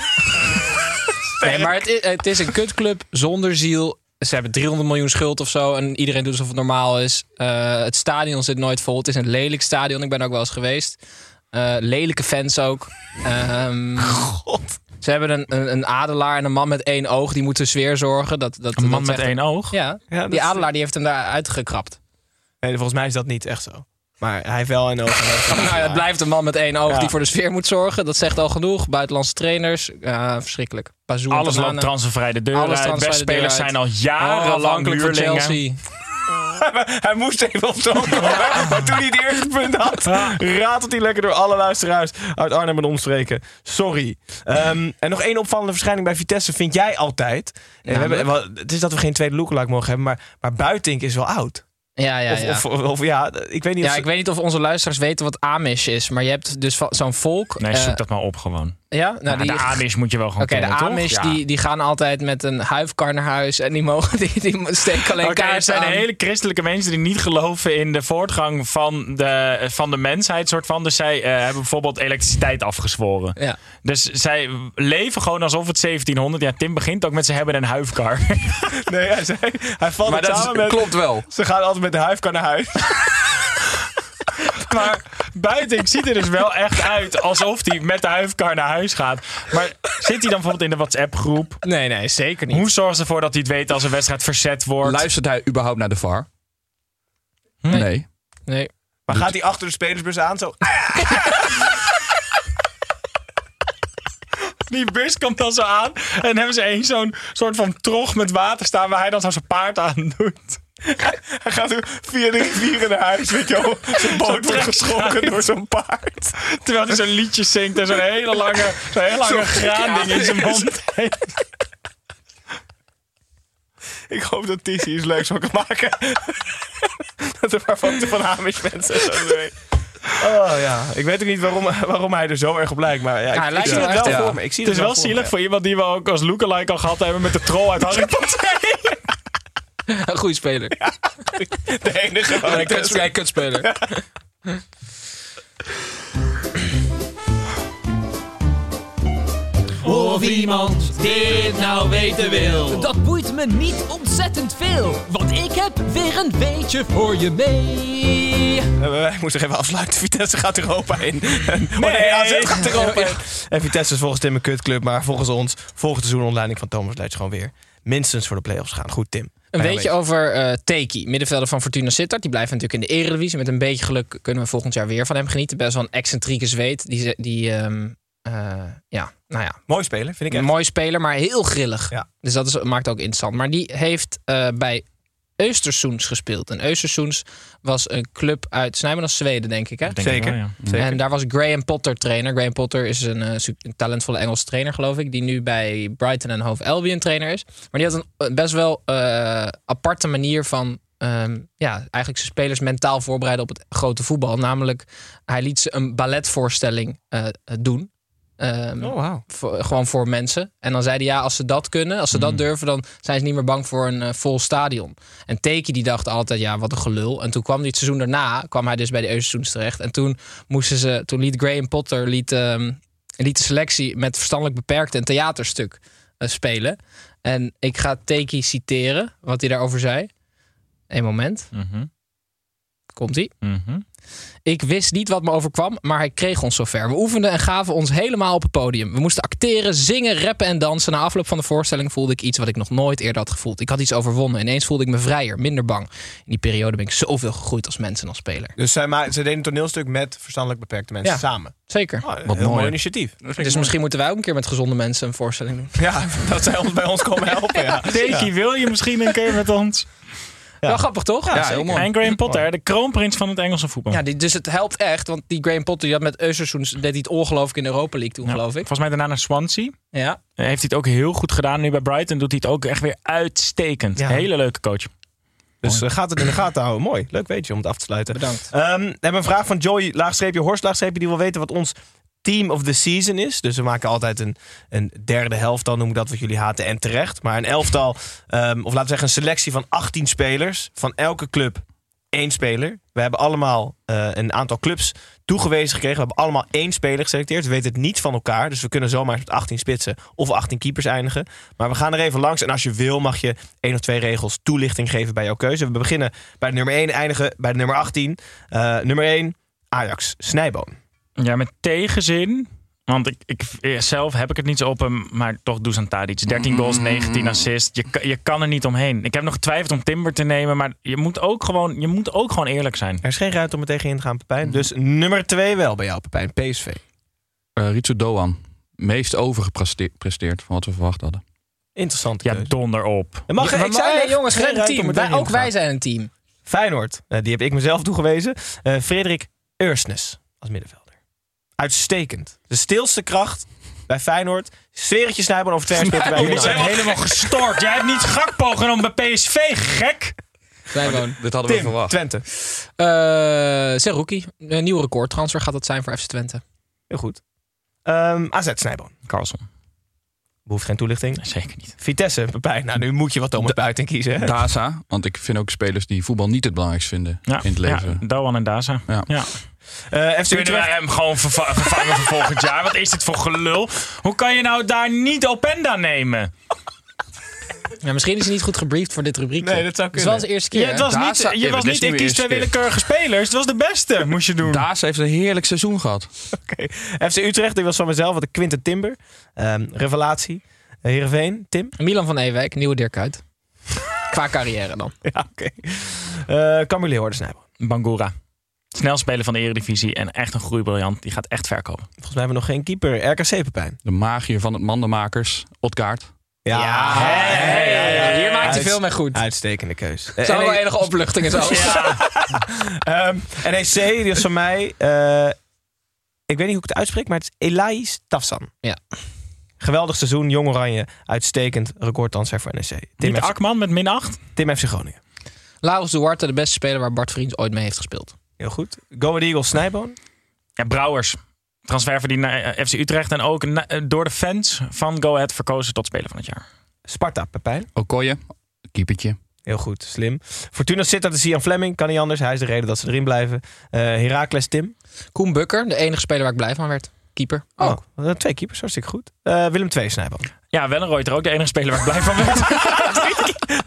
Speaker 2: nee, maar het is, het is een kutclub zonder ziel. Ze hebben 300 miljoen schuld of zo. En iedereen doet alsof het normaal is. Eh, het stadion zit nooit vol. Het is een lelijk stadion. Ik ben er ook wel eens geweest. Eh, lelijke fans ook. Ehm, Ze hebben een, een, een adelaar en een man met één oog. Die moeten sfeer zorgen. Dat, dat,
Speaker 8: Een
Speaker 2: dat
Speaker 8: man met
Speaker 2: zegt-
Speaker 8: één oog.
Speaker 2: Ja,
Speaker 5: Ja, dat
Speaker 2: die
Speaker 5: is-
Speaker 2: adelaar die heeft hem daar uitgekrapt.
Speaker 5: Nee, volgens mij is dat niet echt zo. Maar hij heeft wel een oog.
Speaker 2: Nou ja, het blijft een man met één oog
Speaker 5: Ja.
Speaker 2: die voor de sfeer moet zorgen. Dat zegt al genoeg. Buitenlandse trainers, ja, verschrikkelijk. Bazou en
Speaker 8: Alles loopt
Speaker 2: Tanane.
Speaker 8: transfervrij de deur
Speaker 2: Alles
Speaker 8: uit.
Speaker 2: transfervrij
Speaker 8: Best
Speaker 2: de deur
Speaker 8: spelers
Speaker 2: uit.
Speaker 8: zijn al
Speaker 2: Oh,
Speaker 8: jarenlang
Speaker 2: afhankelijk van
Speaker 8: huurlingen.
Speaker 2: Chelsea.
Speaker 5: Hij moest even op zo'n Maar toen hij het eerste punt had, ratelt hij lekker door alle luisteraars uit Arnhem en omstreken. Sorry. Ehm, en nog één opvallende verschijning bij Vitesse vind jij altijd. En we hebben, en wel, het is dat we geen tweede lookalike mogen hebben, maar, maar Buitink is wel oud.
Speaker 2: Ja, ja,
Speaker 5: Of,
Speaker 2: ja.
Speaker 5: Of, of, of ja, ik weet niet
Speaker 2: ja,
Speaker 5: of...
Speaker 2: ik weet niet of onze luisteraars weten wat Amish is, maar je hebt dus va- zo'n volk.
Speaker 8: Nee,
Speaker 2: eh,
Speaker 8: zoek dat maar op gewoon.
Speaker 2: ja? Nou,
Speaker 8: Ja,
Speaker 2: die,
Speaker 8: de Amish moet je wel gewoon
Speaker 2: Oké, de
Speaker 8: kennen, toch?
Speaker 2: Amish
Speaker 8: Ja.
Speaker 2: die, die gaan altijd met een huifkar naar huis en die, mogen, die, die steken alleen
Speaker 8: Oké, het
Speaker 2: kaarsen
Speaker 8: zijn
Speaker 2: aan.
Speaker 8: hele christelijke mensen die niet geloven in de voortgang van de, van de mensheid, soort van. Dus zij eh, hebben bijvoorbeeld elektriciteit afgezworen.
Speaker 2: Ja.
Speaker 8: Dus zij leven gewoon alsof het 1700. Ja, Tim begint ook met ze hebben een huifkar.
Speaker 5: Nee, hij, zei, hij valt
Speaker 3: Maar
Speaker 5: het
Speaker 3: dat
Speaker 5: samen
Speaker 3: is-
Speaker 5: met...
Speaker 3: klopt wel.
Speaker 5: Ze gaan altijd met de huifkar naar huis.
Speaker 8: maar buiten ziet er dus wel echt uit alsof hij met de huifkar naar huis gaat. Maar zit hij dan bijvoorbeeld in de WhatsApp-groep?
Speaker 2: Nee, nee, zeker niet.
Speaker 8: Hoe zorgt ze ervoor dat hij het weet als een wedstrijd verzet wordt?
Speaker 3: Luistert hij überhaupt naar de VAR?
Speaker 5: Hm?
Speaker 3: Nee.
Speaker 2: Nee.
Speaker 5: Maar gaat hij achter de spelersbus aan zo...
Speaker 8: Die bus komt dan zo aan. En hebben ze één zo'n soort van trog met water staan. Waar hij dan zo zijn paard aan doet.
Speaker 5: Hij gaat er via de rivieren naar huis, weet je wel. Zijn boot wordt geschonken door zo'n paard.
Speaker 8: Terwijl hij zo'n liedje zingt. En zo'n hele lange, zo'n hele lange graanding in zijn mond.
Speaker 5: Ik hoop dat Tissy iets leuks van kan maken. dat er maar foto van Hamish mensen zo mee. Oh ja, ik weet ook niet waarom, waarom hij er zo erg op lijkt. Maar ja, ik,
Speaker 2: hij
Speaker 5: ik
Speaker 2: lijkt
Speaker 5: zie
Speaker 2: wel
Speaker 5: het
Speaker 2: echt,
Speaker 5: wel
Speaker 2: ja.
Speaker 5: voor me. Ik zie
Speaker 8: Het is wel
Speaker 5: voor
Speaker 8: zielig
Speaker 5: me.
Speaker 8: voor iemand die we ook als lookalike al gehad hebben. Met de troll uit Harry Potter.
Speaker 2: Een goede speler.
Speaker 5: De enige waar
Speaker 2: een
Speaker 5: ik het
Speaker 2: kutspeler. kutspeler.
Speaker 6: Of iemand dit nou weten wil.
Speaker 11: Dat boeit me niet ontzettend veel, want ik heb weer een beetje voor je mee.
Speaker 5: Wij moeten nog even afsluiten. Vitesse gaat Europa in. En- Oh nee, AZ gaat Europa in. En Vitesse is volgens Tim een kutclub. Maar volgens ons, volgend seizoen onder leiding van Thomas Leitsch gewoon weer. Minstens voor de play-offs gaan. Goed, Tim.
Speaker 2: Een
Speaker 5: Fijn
Speaker 2: beetje over eh Teki, middenvelder van Fortuna Sittard. Die blijft natuurlijk in de Eredivisie. Met een beetje geluk kunnen we volgend jaar weer van hem genieten. Best wel een excentrieke zweet. Die, ze- die ehm, eh, ja, nou ja,
Speaker 5: Mooi speler, vind ik
Speaker 2: een
Speaker 5: echt.
Speaker 2: mooi speler, maar heel grillig.
Speaker 5: Ja.
Speaker 2: Dus dat is, maakt ook interessant. Maar die heeft eh, bij Östersunds gespeeld. En Östersunds was een club uit Snijman Zweden, denk ik. Hè?
Speaker 5: Zeker.
Speaker 8: wel, ja.
Speaker 5: Zeker.
Speaker 2: En daar was Graham Potter trainer. Graham Potter is een, eh, su- een talentvolle Engelse trainer, geloof ik. Die nu bij Brighton en Hove Albion trainer is. Maar die had een eh, best wel eh, aparte manier van... ehm, ja, eigenlijk zijn spelers mentaal voorbereiden op het grote voetbal. Namelijk, hij liet ze een balletvoorstelling eh, eh, doen. Ehm,
Speaker 5: Oh, wauw.
Speaker 2: voor- gewoon voor mensen. En dan zei hij, ja, als ze dat kunnen, als ze dat durven... dan zijn ze niet meer bang voor een eh, vol stadion. En Teki die dacht altijd, ja, wat een gelul. En toen kwam hij het seizoen daarna, kwam hij dus bij de Eusterzoens terecht. En toen moesten ze, toen liet Graham Potter liet, ehm, liet de selectie... met verstandelijk beperkte een theaterstuk eh, spelen. En ik ga Teki citeren, wat hij daarover zei. Eén moment,
Speaker 8: Mhm,
Speaker 2: komt-ie.
Speaker 8: mhm.
Speaker 2: Ik wist niet wat me overkwam, maar hij kreeg ons zover. We oefenden en gaven ons helemaal op het podium. We moesten acteren, zingen, rappen en dansen. Na afloop van de voorstelling voelde ik iets wat ik nog nooit eerder had gevoeld. Ik had iets overwonnen. Ineens voelde ik me vrijer, minder bang. In die periode ben ik zoveel gegroeid als mens en als speler.
Speaker 5: Dus zij ma- ze deden een toneelstuk met verstandelijk beperkte mensen
Speaker 2: Ja.
Speaker 5: samen.
Speaker 2: Zeker.
Speaker 5: Oh, een
Speaker 3: Wat
Speaker 5: heel mooi
Speaker 3: mooi.
Speaker 5: initiatief.
Speaker 2: Dus misschien moeten wij ook een keer met gezonde mensen een voorstelling doen.
Speaker 5: Ja, dat zij ons bij ons komen helpen. Ja.
Speaker 8: Teki, wil je misschien een keer met ons?
Speaker 2: Wel grappig, toch?
Speaker 3: Ja, heel mooi.
Speaker 8: En Graham
Speaker 5: Oh.
Speaker 8: Potter, de kroonprins van het Engelse voetbal.
Speaker 2: Ja, die, dus het helpt echt. Want die Graham Potter die had met Eusersoens deed hij het ongelooflijk in de Europa League toen,
Speaker 8: Ja.
Speaker 2: geloof ik.
Speaker 8: Volgens mij daarna naar Swansea.
Speaker 2: Ja.
Speaker 8: Eh, Heeft hij het ook heel goed gedaan. Nu bij Brighton doet hij het ook echt weer uitstekend.
Speaker 5: Ja.
Speaker 8: Hele leuke coach.
Speaker 5: Dus eh, gaat het in de gaten houden. Mooi. Leuk weet je om het af te sluiten.
Speaker 2: Bedankt.
Speaker 5: Ehm, we hebben een vraag van Joy, laagstreepje, Horst, laagstreepje. Die wil weten wat ons Team of the Season is. Dus we maken altijd een, een derde helft, dan noem ik dat wat jullie haten, en terecht. Maar een elftal, ehm, of laten we zeggen een selectie van 18 spelers. Van elke club één speler. We hebben allemaal eh, een aantal clubs toegewezen gekregen. We hebben allemaal één speler geselecteerd. We weten het niet van elkaar. Dus we kunnen zomaar met 18 spitsen of 18 keepers eindigen. Maar we gaan er even langs. En als je wil mag je één of twee regels toelichting geven bij jouw keuze. We beginnen bij de nummer 1, eindigen bij de nummer 18. Eh, nummer 1, Ajax, Snijboon.
Speaker 8: Ja, met tegenzin. Want ik, ik, zelf heb ik het niet zo op hem, maar toch Dusan Tadic. 13 goals, 19 assists. Je, ka- je kan er niet omheen. Ik heb nog getwijfeld om Timber te nemen, maar je moet ook gewoon, je moet ook gewoon eerlijk zijn.
Speaker 5: Er is geen ruimte om er tegenin te gaan, Pepijn. Dus nummer 2 wel bij jou, Pepijn. PSV.
Speaker 3: Eh Ritsu Doan. Meest overgepresteerd van wat we verwacht hadden.
Speaker 5: Interessant.
Speaker 8: Ja, donder op.
Speaker 5: Mag,
Speaker 2: Ja,
Speaker 5: ik
Speaker 2: maar-
Speaker 5: zei
Speaker 2: hey,
Speaker 5: net,
Speaker 2: jongens,
Speaker 5: geen
Speaker 2: geen
Speaker 5: ruimte om
Speaker 2: team.
Speaker 5: er
Speaker 2: Wij,
Speaker 5: tegenin
Speaker 2: ook
Speaker 5: te
Speaker 2: wij
Speaker 5: gaan.
Speaker 2: zijn een team.
Speaker 5: Feyenoord, eh, die heb ik mezelf toegewezen. Eh, Frederik Eursnes als middenvelder. Uitstekend. De stilste kracht bij Feyenoord. Seretje snijboom over twee jaar speelt hij bij
Speaker 8: Jullie
Speaker 5: Willem
Speaker 8: zijn
Speaker 5: II.
Speaker 8: helemaal gestoord. Jij hebt niet Gakpo genomen bij PSV, gek.
Speaker 2: Wij wonen.
Speaker 3: Dit hadden we
Speaker 5: Tim,
Speaker 3: verwacht.
Speaker 5: Twente.
Speaker 2: Eh Zerouki, een nieuw recordtransfer gaat dat zijn voor FC Twente.
Speaker 5: Heel goed. Ehm, AZ Snijboom.
Speaker 8: Carlson.
Speaker 5: Behoeft geen toelichting.
Speaker 8: Zeker niet.
Speaker 5: Vitesse, Pepijn. Nou, nu moet je wat Thomas Buiten kiezen. hè?
Speaker 3: Daza, want ik vind ook spelers die voetbal niet het belangrijkste vinden in het leven.
Speaker 8: Ja, Doan en Daza.
Speaker 3: Ja.
Speaker 8: Ja.
Speaker 5: Eh, FC
Speaker 8: Kunnen wij
Speaker 5: Utrecht.
Speaker 8: hem gewoon verva- vervangen voor volgend jaar? Wat is dit voor gelul? Hoe kan je nou daar niet Openda nemen?
Speaker 2: Ja, misschien is hij niet goed gebriefd voor dit rubriekje.
Speaker 5: Nee, dat zou
Speaker 2: Het is wel
Speaker 5: kunnen.
Speaker 2: zijn eerste keer.
Speaker 8: Ja, het was
Speaker 3: Daza-
Speaker 8: niet,
Speaker 3: Ja,
Speaker 8: je
Speaker 3: maar
Speaker 8: was
Speaker 3: dit is
Speaker 8: niet
Speaker 3: nu
Speaker 8: in
Speaker 3: weer
Speaker 8: kies twee
Speaker 3: eerste keer.
Speaker 8: willekeurige spelers. Het was de beste, moest je doen.
Speaker 3: Daza heeft een heerlijk seizoen gehad.
Speaker 5: Oké. FC Utrecht, die was van mezelf. Wat de Quinten Timber. Ehm, revelatie. Eh, Heerenveen, Tim.
Speaker 2: Milan van Ewijk, nieuwe Dirk uit. Qua carrière dan.
Speaker 5: Ja, oké. Eh Cambuur Leeuwarden Snijboom.
Speaker 8: Bangura. Snel spelen van de Eredivisie en echt een groeibriljant. Die gaat echt verkopen.
Speaker 5: Volgens mij hebben we nog geen keeper. RKC Pepijn.
Speaker 3: De magier van het mandenmakers, Otkaart.
Speaker 5: Ja,
Speaker 8: Ah,
Speaker 2: Ah, Hier maakt hij
Speaker 5: Uits-
Speaker 2: veel mee goed.
Speaker 5: Uitstekende keus.
Speaker 2: Het zou
Speaker 5: Eh,
Speaker 2: wel
Speaker 5: NEC
Speaker 2: enige opluchting is alles.
Speaker 5: ehm, NEC, die is van mij. eh, ik weet niet hoe ik het uitspreek, maar het is Elais Tafsan.
Speaker 2: Ja.
Speaker 5: Geweldig seizoen, Jong Oranje. Uitstekend recordtransfer voor NEC. Tim,
Speaker 8: Niet
Speaker 5: FC,
Speaker 8: Akman met min 8.
Speaker 5: Tim FC Groningen.
Speaker 2: Laurens Duarte, de beste speler waar Bart Vriends ooit mee heeft gespeeld.
Speaker 5: Heel goed. Go Ahead Eagles Snijboon.
Speaker 8: Ja, Brouwers. Transfer verdiend naar eh, FC Utrecht. En ook na- eh, door de fans van Go Ahead verkozen tot speler van het jaar.
Speaker 5: Sparta Pepijn.
Speaker 3: Okoye, keepertje.
Speaker 5: Heel goed, slim. Fortuna zit dat is Ian Fleming. Kan niet anders. Hij is de reden dat ze erin blijven. Eh Heracles Tim.
Speaker 2: Koen Bukker, de enige speler waar ik blij van werd. Keeper.
Speaker 5: Oh, eh, twee keepers, hartstikke goed. Eh, Willem II Snijboon.
Speaker 8: Ja, Wellenreuter ook de enige speler waar ik blij van werd.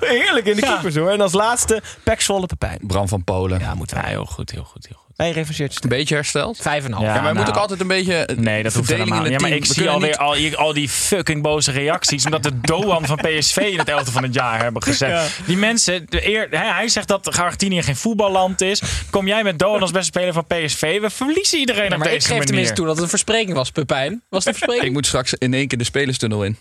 Speaker 5: Heerlijk in de
Speaker 8: Ja.
Speaker 5: keepers hoor. En als laatste, Pek Zwolle Pepijn.
Speaker 3: Bram van Polen.
Speaker 5: Ja, moeten
Speaker 8: ja,
Speaker 5: wij.
Speaker 8: heel goed, heel goed, heel goed.
Speaker 5: Hij refereert je
Speaker 3: Een beetje hersteld.
Speaker 2: Vijf en een half.
Speaker 8: Ja.
Speaker 3: Ja, maar je moet
Speaker 8: nou.
Speaker 3: ook altijd een beetje eh,
Speaker 8: Nee, dat hoeft
Speaker 3: verdeling
Speaker 8: helemaal niet. Ja,
Speaker 3: in het
Speaker 8: maar
Speaker 3: team.
Speaker 8: ik zie
Speaker 3: We kunnen
Speaker 8: alweer
Speaker 3: niet-
Speaker 8: al, die- al die fucking boze reacties. Omdat de Doan van PSV in het elfde van het jaar hebben gezet. Die mensen, de eer, hè, hij zegt dat Argentinië geen voetballand is. Kom jij met Doan als beste speler van PSV? We verliezen iedereen op
Speaker 2: Maar ik
Speaker 8: deze
Speaker 2: geef
Speaker 8: manier.
Speaker 2: tenminste toe dat het een verspreking was, Pepijn. Was het een
Speaker 3: Ik
Speaker 2: verspreking?
Speaker 3: moet straks in één keer de spelerstunnel in.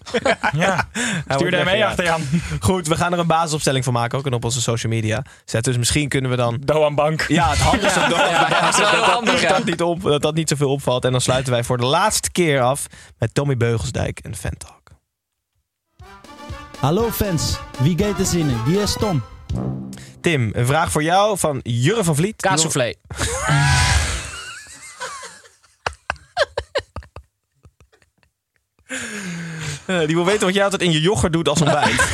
Speaker 8: Ja, stuur
Speaker 5: wordt
Speaker 8: daar mee
Speaker 5: weggejaagd.
Speaker 8: achteraan.
Speaker 5: Goed, we gaan er een basisopstelling van maken. Ook en op onze social media zetten. Dus misschien kunnen we dan...
Speaker 8: Doan Bank.
Speaker 5: Ja, het handig is om door-
Speaker 2: Ja, dat is wel heel handig,
Speaker 5: dat,
Speaker 2: ja.
Speaker 5: dat, niet op, dat dat niet zoveel opvalt. En dan sluiten wij voor de laatste keer af met Tommy Beugelsdijk en Fentalk.
Speaker 12: Hallo fans, wie gaat er zinnen? Wie is Tom?
Speaker 5: Tim, een vraag voor jou van Jurre van Vliet.
Speaker 2: Kaassoufflé.
Speaker 5: Eh, Die wil weten wat jij altijd in je yoghurt doet als ontbijt.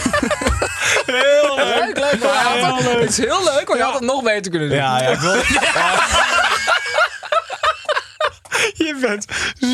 Speaker 2: Heel leuk, leuk. hoor. Hij had- Het is heel leuk, maar je had het nog beter kunnen doen.
Speaker 5: ja, ja, ik wil...
Speaker 8: Je bent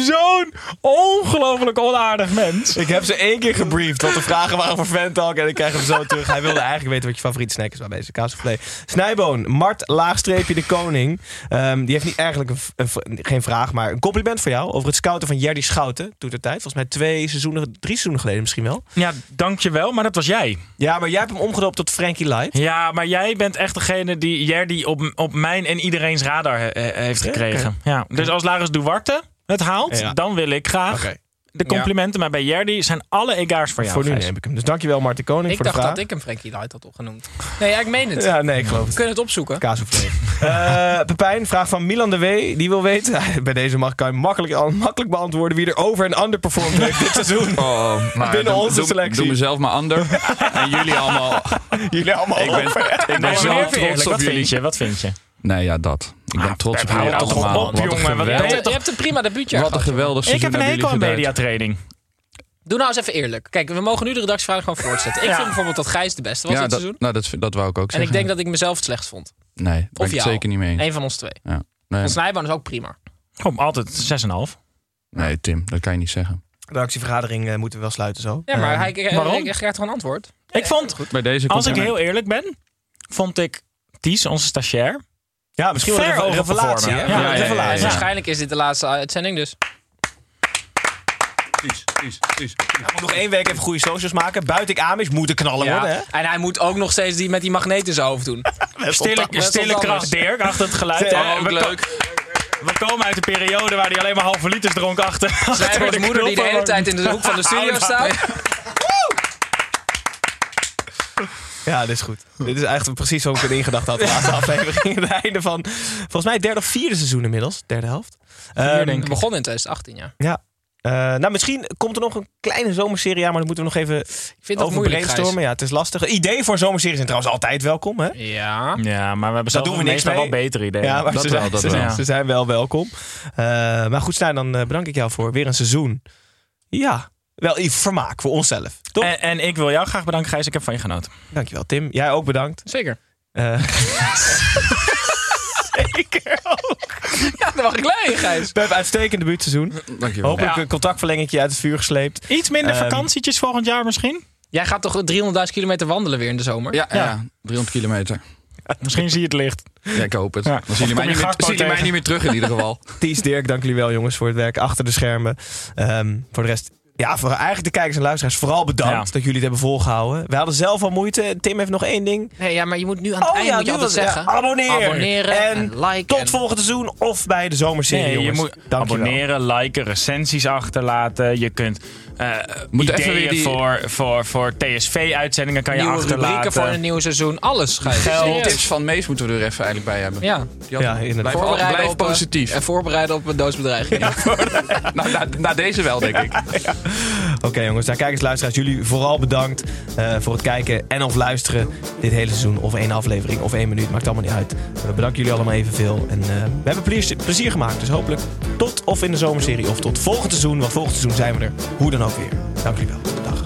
Speaker 8: zo'n ongelooflijk onaardig mens.
Speaker 5: Ik heb ze één keer gebriefd, want de vragen waren voor Fentalk en ik krijg hem zo terug. Hij wilde eigenlijk weten wat je favoriete snack is bij deze kaassoufflé. Snijboon, Mart laagstreepje de koning. Ehm, die heeft niet eigenlijk een v- een v- geen vraag, maar een compliment voor jou over het scouten van Jerdy Schouten. Toen de tijd, volgens mij twee seizoenen, drie seizoenen geleden misschien wel.
Speaker 8: Ja, dankjewel, maar dat was jij.
Speaker 5: Ja, maar jij hebt hem omgedoopt tot Frankie Light.
Speaker 8: Ja, maar jij bent echt degene die Jerdy op, op mijn en iedereen's radar he- he- heeft gekregen. Ja, Dus als Laris Duarte het haalt,
Speaker 5: Ja.
Speaker 8: dan wil ik graag de complimenten. Maar bij Jerdy zijn alle egaars voor jou.
Speaker 5: voor nu
Speaker 8: Gijs.
Speaker 5: neem ik hem. Dus dankjewel Mart de Koning
Speaker 2: Ik
Speaker 5: voor de
Speaker 2: dacht
Speaker 5: vraag.
Speaker 2: dat ik hem Frankie Light had opgenoemd. Nee, ja, ik meen het.
Speaker 5: Ja, nee, ik geloof
Speaker 2: We
Speaker 5: het.
Speaker 2: kunnen het opzoeken.
Speaker 5: Kaassoufflé. Eh Pepijn, vraag van Milan de W. Die wil weten, bij deze mag, kan je makkelijk, makkelijk beantwoorden wie er over en underperformed heeft dit seizoen.
Speaker 3: Oh, maar
Speaker 5: Binnen
Speaker 3: doe-
Speaker 5: onze
Speaker 3: doe-
Speaker 5: selectie.
Speaker 3: Doe mezelf maar ander. en jullie allemaal.
Speaker 5: Jullie allemaal
Speaker 3: Ik ben, ik ben
Speaker 8: Nee, maar
Speaker 3: zo
Speaker 8: even eerlijk,
Speaker 3: trots op
Speaker 8: wat
Speaker 3: jullie.
Speaker 8: vind je? Wat vind je?
Speaker 3: Nee, ja, dat. Ik ben trots op
Speaker 13: Pep,
Speaker 3: jullie
Speaker 13: hou toch
Speaker 3: allemaal.
Speaker 13: op,
Speaker 3: Wat een
Speaker 13: jongen. Wat
Speaker 3: geweldig-
Speaker 13: ben je
Speaker 2: Je hebt een prima debuutje
Speaker 3: Wat een geweldig
Speaker 13: Ik
Speaker 3: seizoen
Speaker 13: heb een
Speaker 3: hebben
Speaker 13: hekel aan
Speaker 3: jullie gedraaid.
Speaker 13: mediatraining.
Speaker 2: Doe nou eens even eerlijk. Kijk, we mogen nu de redactievraag gewoon voortzetten. Ik vind bijvoorbeeld dat Gijs de beste was
Speaker 3: Ja,
Speaker 2: dit
Speaker 3: dat,
Speaker 2: seizoen.
Speaker 3: nou, dat, dat wou ik ook
Speaker 2: En
Speaker 3: zeggen.
Speaker 2: ik denk dat ik mezelf het slechtst vond.
Speaker 3: Nee, daar ben
Speaker 2: Of
Speaker 3: ik het
Speaker 2: jou.
Speaker 3: zeker niet mee eens.
Speaker 2: Eén van ons twee.
Speaker 3: Ja. Nee.
Speaker 2: Want Snijboon is ook prima.
Speaker 13: Kom, altijd 6,5.
Speaker 3: nee, Tim, dat kan je niet zeggen.
Speaker 8: De actievergadering eh, moeten we wel sluiten zo.
Speaker 2: Ja, maar
Speaker 8: Ehm,
Speaker 2: hij, hij-
Speaker 13: waarom?
Speaker 2: hij krijgt gewoon antwoord.
Speaker 13: Ik vond,
Speaker 3: Bij deze
Speaker 13: als ik
Speaker 3: komt-
Speaker 13: heel eerlijk ben, vond ik Ties, onze stagiair,
Speaker 8: ja, misschien wel een
Speaker 13: ver
Speaker 8: re- revelatie.
Speaker 13: overperformen.
Speaker 8: hè?
Speaker 13: Ja,
Speaker 8: Een
Speaker 13: ja, ja, ja,
Speaker 8: revelatie.
Speaker 2: En waarschijnlijk is dit de laatste uitzending dus.
Speaker 3: Precies, precies, precies.
Speaker 8: Ik moet nog één week even goede socials maken. Buiten ik Amish moeten knallen worden, hè?
Speaker 2: Ja. En hij moet ook nog steeds die met die magneet in zijn hoofd doen.
Speaker 13: Stille,
Speaker 2: Met
Speaker 13: stille
Speaker 2: ons
Speaker 13: kracht
Speaker 2: anders.
Speaker 13: Dirk achter het geluid.
Speaker 2: Zeg,
Speaker 13: hè.
Speaker 8: Eh,
Speaker 13: we,
Speaker 2: ook
Speaker 13: ko-
Speaker 2: leuk.
Speaker 13: we komen uit de periode waar hij alleen maar halve liters dronk achter. achter
Speaker 2: Zijn
Speaker 13: de
Speaker 2: moeder die de
Speaker 13: knop.
Speaker 2: hele tijd in de hoek van de studio
Speaker 13: Hou nou.
Speaker 2: staat.
Speaker 8: Ja, dit is goed. dit is eigenlijk precies hoe ik het ingedacht had. De laatste aflevering. Het einde van, volgens mij, het derde of vierde seizoen inmiddels. Derde helft. Ehm,
Speaker 2: We begonnen in 2018, ja.
Speaker 8: Ja. Eh, nou, misschien komt er nog een kleine zomerserie aan, maar dat moeten we nog even
Speaker 2: vind dat
Speaker 8: over
Speaker 2: moeilijk,
Speaker 8: brainstormen.
Speaker 2: Gijs.
Speaker 8: Ja, het is lastig. Ideeën voor zomerseries zijn trouwens altijd welkom, hè?
Speaker 2: Ja.
Speaker 13: Ja, maar we hebben
Speaker 8: Daar
Speaker 13: zelf
Speaker 8: doen
Speaker 13: doen
Speaker 8: we
Speaker 13: we
Speaker 8: niks
Speaker 13: meestal
Speaker 8: mee.
Speaker 13: wel betere ideeën.
Speaker 8: Ja, maar
Speaker 3: dat
Speaker 8: ze,
Speaker 3: wel,
Speaker 8: zijn,
Speaker 3: dat
Speaker 8: ze,
Speaker 3: wel.
Speaker 8: zijn- ze zijn wel welkom. Eh, maar goed, Stijn, dan eh, bedank ik jou voor weer een seizoen. Ja, wel iets vermaak voor onszelf. Toch?
Speaker 13: En, en ik wil jou graag bedanken, Gijs. Ik heb van je genoten.
Speaker 8: Dankjewel, Tim. Jij ook bedankt.
Speaker 2: Zeker.
Speaker 8: Eh, Zeker ook.
Speaker 2: Ja, dan mag ik leiden, Gijs.
Speaker 8: Pep, uitstekend debuutseizoen.
Speaker 3: Dankjewel.
Speaker 8: Hopelijk
Speaker 13: Ja.
Speaker 8: een contactverlengetje uit het vuur gesleept.
Speaker 13: Iets minder
Speaker 8: Ehm,
Speaker 13: vakantietjes volgend jaar misschien?
Speaker 2: Jij gaat toch 300.000 kilometer wandelen weer in de zomer?
Speaker 3: Ja, ja, 300 kilometer.
Speaker 13: Misschien zie je het licht.
Speaker 3: Ja, ik hoop het.
Speaker 13: Ja.
Speaker 3: Dan zien jullie
Speaker 13: Of kom
Speaker 3: mij,
Speaker 13: je
Speaker 3: niet meer,
Speaker 13: Gakpo
Speaker 3: zien jullie mij
Speaker 13: tegen.
Speaker 3: niet meer terug in ieder geval.
Speaker 8: Ties, Dirk, dank jullie wel jongens voor het werk achter de schermen. Ehm, voor de rest, ja, voor eigenlijk de kijkers en luisteraars vooral bedankt
Speaker 13: Ja.
Speaker 8: dat jullie het hebben volgehouden. We hadden zelf al moeite. Tim heeft nog één ding.
Speaker 2: Nee, ja, maar je moet nu
Speaker 14: Oh
Speaker 2: aan het eind moet je
Speaker 8: nu
Speaker 2: altijd
Speaker 8: was- Oh ja,
Speaker 2: zeggen.
Speaker 8: abonneer.
Speaker 2: Abonneren en, like.
Speaker 8: Tot
Speaker 2: en-
Speaker 8: volgend seizoen of bij de zomerserie,
Speaker 13: Nee, je
Speaker 8: jongens.
Speaker 13: moet
Speaker 8: Dank je wel.
Speaker 13: abonneren, liken, recensies achterlaten. Je kunt eh
Speaker 3: Moet even
Speaker 13: ideeën
Speaker 3: weer die-
Speaker 13: voor, voor, voor TSV-uitzendingen kan je
Speaker 2: Nieuwe rubrieken
Speaker 13: achterlaten.
Speaker 2: voor een nieuw seizoen. Alles, Gijs.
Speaker 13: Geld.
Speaker 2: Serieus.
Speaker 3: Tips van Mees moeten we er even eigenlijk bij hebben.
Speaker 2: Ja.
Speaker 3: Die had-
Speaker 8: Ja, inderdaad.
Speaker 3: Blijf,
Speaker 2: Voorbereiden
Speaker 3: blijf
Speaker 2: op, eh,
Speaker 3: positief.
Speaker 2: En voorbereiden op een doodsbedreiging.
Speaker 3: nou, na, na deze wel, denk ik.
Speaker 8: Oké jongens, daar kijkers, luisteraars, jullie vooral bedankt eh, voor het kijken en of luisteren dit hele seizoen. Of één aflevering of één minuut, maakt allemaal niet uit. We bedanken jullie allemaal evenveel. En eh, we hebben plezier, plezier gemaakt, dus hopelijk tot of in de zomerserie of tot volgend seizoen. Want volgend seizoen zijn we er, hoe dan ook weer. Dank jullie wel, dag.